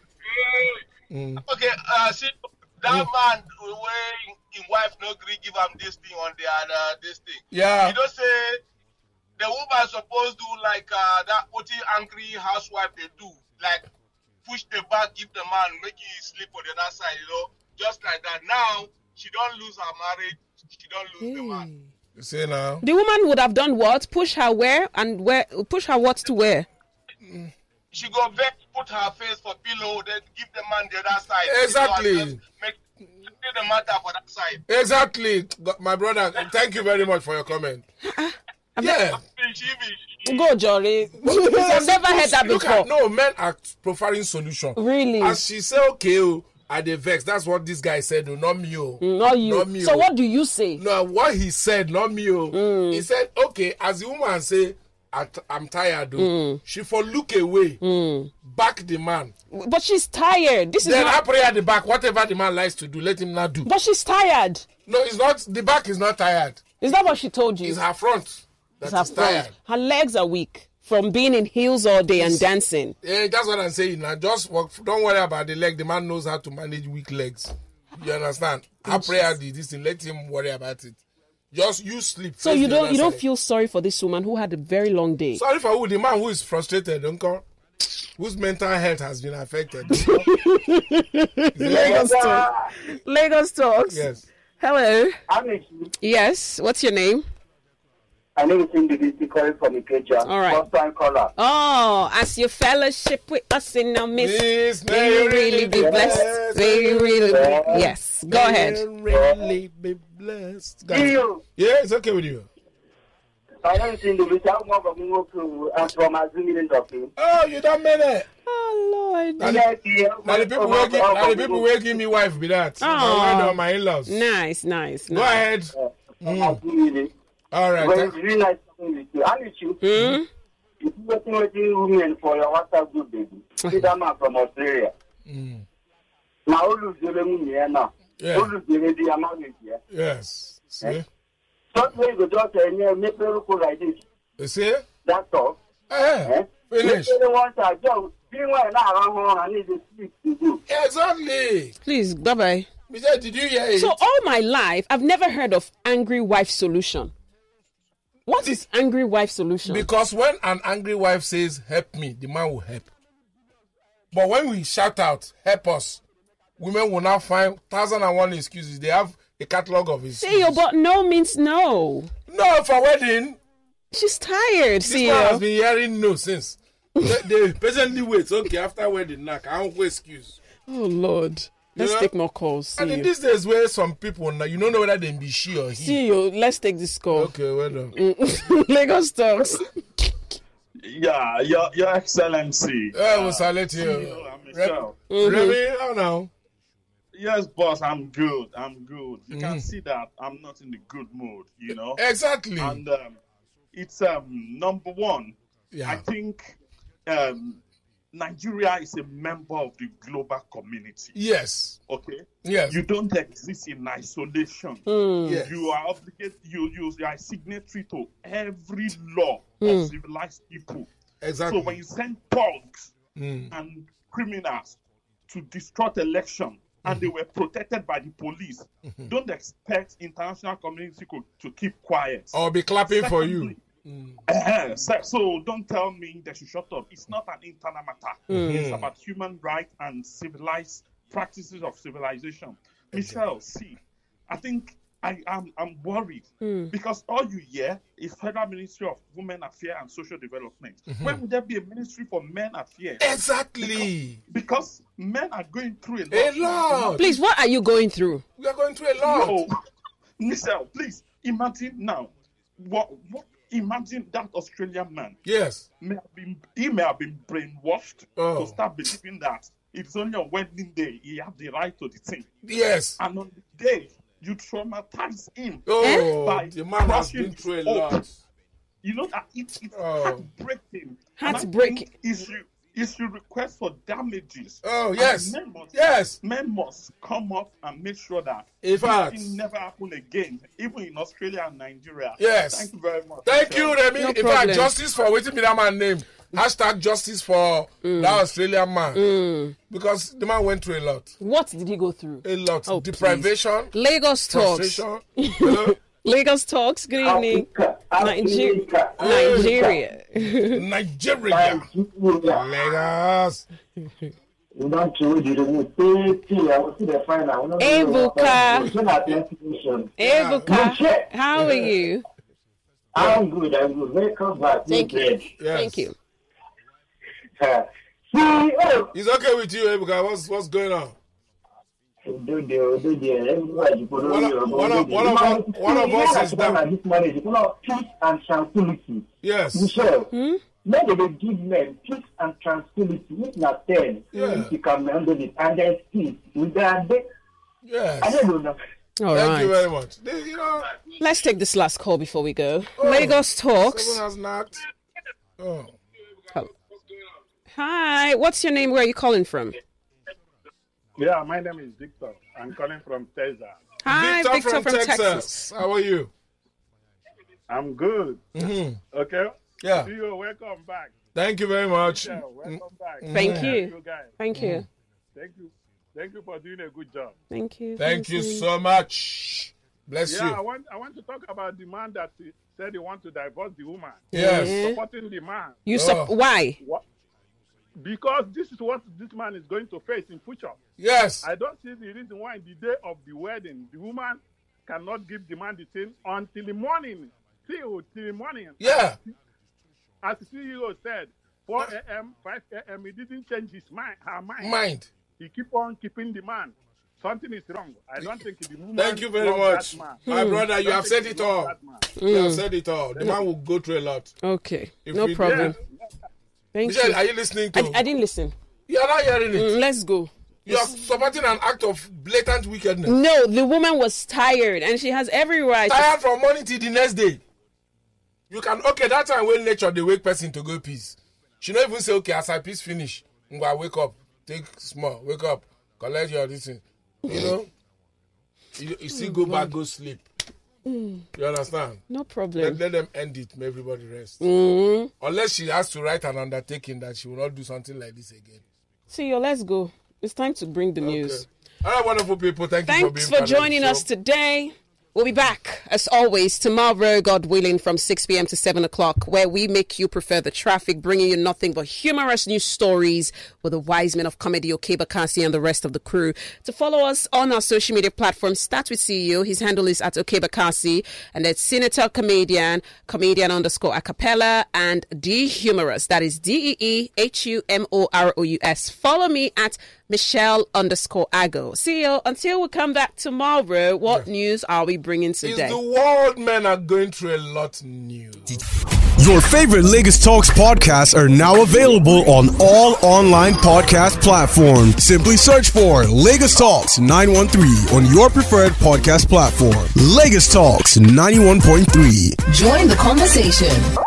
[SPEAKER 2] Okay, uh, see, that man, where his wife no agree give him this thing on the uh, this thing.
[SPEAKER 4] Yeah.
[SPEAKER 2] You know, say the woman supposed to like uh, that what angry housewife they do, like push the back, give the man, make you sleep on the other side, you know, just like that. Now she don't lose her marriage, she don't lose the man.
[SPEAKER 4] You see now.
[SPEAKER 3] The woman would have done what? Push her where and where? Push her what to where?
[SPEAKER 2] She go back, put her face for pillow, then give the man the other side.
[SPEAKER 4] Exactly.
[SPEAKER 2] You know, and just make make the matter for that side.
[SPEAKER 4] Exactly, Go- my brother. Thank you very much for your comment. Yeah.
[SPEAKER 2] Finish, finish.
[SPEAKER 3] Go, Jerry.
[SPEAKER 4] Yes,
[SPEAKER 3] I've never heard that
[SPEAKER 4] look
[SPEAKER 3] before.
[SPEAKER 4] At, no, men are profiling solution.
[SPEAKER 3] Really?
[SPEAKER 4] As she say, okay, oh, I dey vex. That's what this guy said. Oh, not me. Oh.
[SPEAKER 3] Not you.
[SPEAKER 4] Not me,
[SPEAKER 3] so
[SPEAKER 4] oh.
[SPEAKER 3] what do you say?
[SPEAKER 4] No, what he said, not me. Oh.
[SPEAKER 3] Mm.
[SPEAKER 4] He said, okay, as the woman say, I t- I'm tired. Oh.
[SPEAKER 3] Mm.
[SPEAKER 4] She for look away, back the man.
[SPEAKER 3] But she's tired. This is
[SPEAKER 4] then
[SPEAKER 3] Mm.
[SPEAKER 4] I
[SPEAKER 3] not.
[SPEAKER 4] pray at the back. Whatever the man likes to do, let him not do.
[SPEAKER 3] But she's tired.
[SPEAKER 4] No, it's not. The back is not tired.
[SPEAKER 3] Is that what she told you?
[SPEAKER 4] It's her front that
[SPEAKER 3] It's her
[SPEAKER 4] is
[SPEAKER 3] front.
[SPEAKER 4] tired.
[SPEAKER 3] Her legs are weak from being in heels all day and dancing.
[SPEAKER 4] Yeah, Eh, that's what I'm saying. Now, just work. Don't worry about the leg. The man knows how to manage weak legs. You understand? Our prayer did this thing. Let him worry about it. Just you sleep.
[SPEAKER 3] So
[SPEAKER 4] Face
[SPEAKER 3] you
[SPEAKER 4] the
[SPEAKER 3] don't
[SPEAKER 4] other
[SPEAKER 3] you don't
[SPEAKER 4] side.
[SPEAKER 3] feel sorry for this woman who had a very long day.
[SPEAKER 4] sorry for who the man who is frustrated, uncle, whose mental health has been affected. uncle.
[SPEAKER 3] Lagos talks. Lagos talks.
[SPEAKER 4] yes.
[SPEAKER 3] Hello.
[SPEAKER 5] Amici,
[SPEAKER 3] Yes. What's your name?
[SPEAKER 5] my name is Indidi calling from Ikeja.
[SPEAKER 3] All right.
[SPEAKER 5] First time caller.
[SPEAKER 3] Oh, as your fellowship with us in our
[SPEAKER 4] Yes,
[SPEAKER 3] midst,
[SPEAKER 4] may
[SPEAKER 3] may you really be blessed. May you really be. Yes. Go ahead.
[SPEAKER 4] Really be blessed. Go ahead.
[SPEAKER 5] You,
[SPEAKER 4] Yeah, it's okay with you.
[SPEAKER 5] my name is Indidi. I'm from Ngoku. I'm from Azumi Ndoki.
[SPEAKER 4] Oh, you don't mean it.
[SPEAKER 3] Oh Lord.
[SPEAKER 4] Now the people will give, now the people will give me wife be that.
[SPEAKER 3] Aw.
[SPEAKER 4] Oh, my in-laws.
[SPEAKER 3] Nice, nice,
[SPEAKER 4] Go
[SPEAKER 3] nice.
[SPEAKER 4] ahead.
[SPEAKER 5] Azumi.
[SPEAKER 4] All right.
[SPEAKER 5] Well, it's
[SPEAKER 4] Thank,
[SPEAKER 5] really nice talking with you. Amici, mm? you keep waiting waiting women for your WhatsApp group, baby. See that man from Australia. Now, all of the women here now.
[SPEAKER 4] Yeah.
[SPEAKER 5] All of the lady I'm out with here.
[SPEAKER 4] yes. See?
[SPEAKER 5] Don't wait the daughter and you make her look like this.
[SPEAKER 4] You see?
[SPEAKER 5] That's all.
[SPEAKER 4] Eh, finish. Exactly.
[SPEAKER 3] Please, bye bye.
[SPEAKER 4] We said, did you hear it?
[SPEAKER 3] So all my life, I've never heard of angry wife solution. What is angry wife solution?
[SPEAKER 4] because when an angry wife says, help me, the man will help. But when we shout out, help us, women will now find thousand and one excuses. They have a catalog of
[SPEAKER 3] Hey, yo,
[SPEAKER 4] excuses.
[SPEAKER 3] but no means no.
[SPEAKER 4] No, for wedding,
[SPEAKER 3] She's tired,
[SPEAKER 4] This man has
[SPEAKER 3] CEO.
[SPEAKER 4] been hearing no since. they, they patiently wait. Okay, after wedding, knock. I don't excuse.
[SPEAKER 3] Oh Lord. Let's
[SPEAKER 4] Yeah.
[SPEAKER 3] take more calls.
[SPEAKER 4] And in
[SPEAKER 3] CEO.
[SPEAKER 4] these days where some people now you don't know whether they be she or he.
[SPEAKER 3] CEO, let's take this call.
[SPEAKER 4] Okay, well done.
[SPEAKER 3] Lagos talks.
[SPEAKER 6] Yeah, Your Your Excellency.
[SPEAKER 4] Yeah, we'll salute you.
[SPEAKER 6] Hello, I'm
[SPEAKER 4] Remy,
[SPEAKER 6] Michelle.
[SPEAKER 4] how now?
[SPEAKER 6] Yes, boss, I'm good. I'm good. You
[SPEAKER 4] Mm-hmm.
[SPEAKER 6] can see that I'm not in the good mood, you know.
[SPEAKER 4] Exactly.
[SPEAKER 6] And um, it's um number one. I
[SPEAKER 4] Yeah.
[SPEAKER 6] think um Nigeria is a member of the global community.
[SPEAKER 4] Yes.
[SPEAKER 6] Okay,
[SPEAKER 4] Yes. Hmm.
[SPEAKER 6] you don't exist in isolation.
[SPEAKER 4] yes.
[SPEAKER 6] You are obligated. You you you are signatory to every law
[SPEAKER 4] Hmm.
[SPEAKER 6] of civilized people.
[SPEAKER 4] Exactly.
[SPEAKER 6] So when you send thugs and criminals to distort election and they were protected by the police, don't expect international community co- to keep quiet.
[SPEAKER 4] I'll be clapping for you.
[SPEAKER 6] Eh, so, so don't tell me they should shut up. It's not an internal matter.
[SPEAKER 4] Mm.
[SPEAKER 6] It's about human rights and civilized practices of civilization. Michelle, see, I think I I am I'm worried
[SPEAKER 4] Hmm.
[SPEAKER 6] because all you hear is Federal Ministry of Women Affairs and Social Development.
[SPEAKER 4] Mm-hmm.
[SPEAKER 6] When will there be a ministry for men affairs?
[SPEAKER 4] Eh. Exactly.
[SPEAKER 6] Because men are going through a lot.
[SPEAKER 4] A lot.
[SPEAKER 3] Please, what are you going through?
[SPEAKER 4] We are going through a lot.
[SPEAKER 6] No, Michelle, please imagine now. What, what? Imagine that Australian man
[SPEAKER 4] Yes.
[SPEAKER 6] may have been he may have been brainwashed
[SPEAKER 4] Oh.
[SPEAKER 6] to start believing that it's only on wedding day he have the right to the thing,
[SPEAKER 4] Yes.
[SPEAKER 6] and on the day you traumatize him.
[SPEAKER 4] Oh,
[SPEAKER 6] By
[SPEAKER 4] the man has
[SPEAKER 6] crushing
[SPEAKER 4] been through a
[SPEAKER 6] hope.
[SPEAKER 4] lot.
[SPEAKER 6] You know that it, it's
[SPEAKER 4] Oh.
[SPEAKER 6] heartbreaking. And I
[SPEAKER 3] Heartbreaking.
[SPEAKER 6] think He should he should request for damages.
[SPEAKER 4] Oh,
[SPEAKER 6] And
[SPEAKER 4] yes.
[SPEAKER 6] Men must,
[SPEAKER 4] Yes.
[SPEAKER 6] Men must come up and make sure that
[SPEAKER 4] In
[SPEAKER 6] this
[SPEAKER 4] fact.
[SPEAKER 6] thing never happen again, even in Australia and Nigeria.
[SPEAKER 4] Yes.
[SPEAKER 6] Thank you very much.
[SPEAKER 4] Thank you,
[SPEAKER 6] Michelle.
[SPEAKER 4] Remy.
[SPEAKER 3] No
[SPEAKER 4] In fact,
[SPEAKER 3] problem. Mm.
[SPEAKER 4] justice for waiting be that man name. Hashtag justice for that Australian man.
[SPEAKER 3] Mm.
[SPEAKER 4] Because the man went through a lot.
[SPEAKER 3] What did he go through?
[SPEAKER 4] A lot.
[SPEAKER 3] Oh, please.
[SPEAKER 4] Deprivation,
[SPEAKER 3] Lagos talks.
[SPEAKER 4] frustration. you know,
[SPEAKER 3] Lagos talks. Good evening.
[SPEAKER 5] Africa,
[SPEAKER 3] Nigeria.
[SPEAKER 5] Africa,
[SPEAKER 3] Nigeria.
[SPEAKER 4] Nigeria.
[SPEAKER 5] Nigeria.
[SPEAKER 4] Lagos.
[SPEAKER 5] Not true, you don't need thirty. I will see the final.
[SPEAKER 3] Ebuka.
[SPEAKER 5] Ebuka.
[SPEAKER 3] Ebuka,
[SPEAKER 5] Nigeria.
[SPEAKER 3] how are you?
[SPEAKER 5] I'm good. I'm good. Welcome back.
[SPEAKER 3] Thank you.
[SPEAKER 4] Yes.
[SPEAKER 3] Thank you.
[SPEAKER 5] Uh, CEO.
[SPEAKER 4] It's okay with you, Ebuka. What's what's going on?
[SPEAKER 5] Ododo, ododo, everybody follow
[SPEAKER 4] One of-
[SPEAKER 5] me, ododo.
[SPEAKER 4] one of- one of
[SPEAKER 5] The
[SPEAKER 4] us-
[SPEAKER 5] man-
[SPEAKER 4] one of us
[SPEAKER 5] the
[SPEAKER 4] is
[SPEAKER 5] man
[SPEAKER 4] down.
[SPEAKER 5] at This marriage, you know, peace and tranquility.
[SPEAKER 4] Yes.
[SPEAKER 5] Michelle, men dey dey give men peace and tranquility if na ten
[SPEAKER 4] Yeah.
[SPEAKER 5] if you can handle it and then peace with their day i
[SPEAKER 4] Yes.
[SPEAKER 5] no know na
[SPEAKER 3] All
[SPEAKER 4] Thank you
[SPEAKER 3] right.
[SPEAKER 4] very much. They- you know,
[SPEAKER 3] Let's take this last call before we go. Lagos talks.
[SPEAKER 4] Oh. someone has knocked. Oh.
[SPEAKER 3] Hi. What's your name? Where are you calling from?
[SPEAKER 7] Yeah, my name is Victor. I'm calling from Texas.
[SPEAKER 3] Hi, Victor, from, Texas.
[SPEAKER 4] How are you?
[SPEAKER 7] I'm good.
[SPEAKER 4] Mm-hmm.
[SPEAKER 7] Okay.
[SPEAKER 4] Yeah.
[SPEAKER 7] See you. Welcome back.
[SPEAKER 4] Thank you very much.
[SPEAKER 7] Yeah, welcome back.
[SPEAKER 3] Thank you.
[SPEAKER 7] You guys.
[SPEAKER 3] Thank
[SPEAKER 4] Mm.
[SPEAKER 3] you.
[SPEAKER 7] Thank you. Thank you for doing a good job.
[SPEAKER 3] Thank you.
[SPEAKER 4] Thank you so much. Bless
[SPEAKER 7] Yeah, I
[SPEAKER 4] you.
[SPEAKER 7] want I want to talk about the man that he said he want to divorce the woman.
[SPEAKER 4] Yes.
[SPEAKER 3] Yeah.
[SPEAKER 7] Supporting the man.
[SPEAKER 3] You
[SPEAKER 4] Oh.
[SPEAKER 3] sup- why?
[SPEAKER 7] What? Because this is what this man is going to face in future.
[SPEAKER 4] Yes.
[SPEAKER 7] I don't see the reason why the day of the wedding the woman cannot give the man the thing until the morning. Till till morning.
[SPEAKER 4] Yeah.
[SPEAKER 7] as the CEO said, 4 a.m., 5 a.m., he didn't change his mind, her mind.
[SPEAKER 4] Mind.
[SPEAKER 7] He keep on keeping the man. Something is wrong. I don't think the woman
[SPEAKER 4] Thank you very
[SPEAKER 7] loves that
[SPEAKER 4] much.
[SPEAKER 7] man. Hmm.
[SPEAKER 4] My
[SPEAKER 3] Hmm.
[SPEAKER 4] brother,
[SPEAKER 7] I
[SPEAKER 4] you
[SPEAKER 7] don't
[SPEAKER 4] have
[SPEAKER 7] think
[SPEAKER 4] said
[SPEAKER 7] she
[SPEAKER 4] it
[SPEAKER 7] loves
[SPEAKER 4] all.
[SPEAKER 7] that man.
[SPEAKER 4] You have said it all. The man will go through a lot.
[SPEAKER 3] Okay.
[SPEAKER 4] If
[SPEAKER 3] Hmm. no
[SPEAKER 4] we-
[SPEAKER 3] problem. Thank
[SPEAKER 4] Michelle,
[SPEAKER 3] you.
[SPEAKER 4] are you listening to?
[SPEAKER 3] I, I didn't listen.
[SPEAKER 4] You are not hearing it.
[SPEAKER 3] Mm, Let's go.
[SPEAKER 4] You are supporting an act of blatant wickedness.
[SPEAKER 3] No, the woman was tired and she has every right. to-
[SPEAKER 4] Tired from morning till the next day. You can okay that time when nature dey wake person to go peace. She no even say okay as I peace finish, ngwa wake up, take small, wake up, collect your this thing. You know, you, you still go back go sleep. You understand?
[SPEAKER 3] No
[SPEAKER 4] Let,
[SPEAKER 3] problem.
[SPEAKER 4] let them end it. May everybody rest.
[SPEAKER 3] Mm-hmm.
[SPEAKER 4] Unless she has to write an undertaking that she will not do something like this again.
[SPEAKER 3] See you. Let's go. It's time to bring the news.
[SPEAKER 4] All right, wonderful people. Thank you for being
[SPEAKER 3] Thanks for
[SPEAKER 4] part of the
[SPEAKER 3] joining us
[SPEAKER 4] show.
[SPEAKER 3] today. We'll be back, as always, tomorrow, God willing, from 6 p.m. to 7 o'clock, where we make you prefer the traffic, bringing you nothing but humorous news stories with the wise men of comedy, Okeba Kasi, and the rest of the crew. To follow us on our social media platforms, start with CEO. His handle is at Okeba Kasi, and that's Senator Comedian, Comedian underscore Acapella, and D Humorous. That is D E E H U M O R O U S. Follow me at Michelle underscore Ago. CEO, until we come back tomorrow, what news are we bringing today?
[SPEAKER 4] Is the world men are going through a lot new.
[SPEAKER 1] Your favorite Lagos Talks podcasts are now available on all online podcast platforms. Simply search for Lagos Talks 913 on your preferred podcast platform. Lagos Talks 91.3.
[SPEAKER 8] Join the conversation.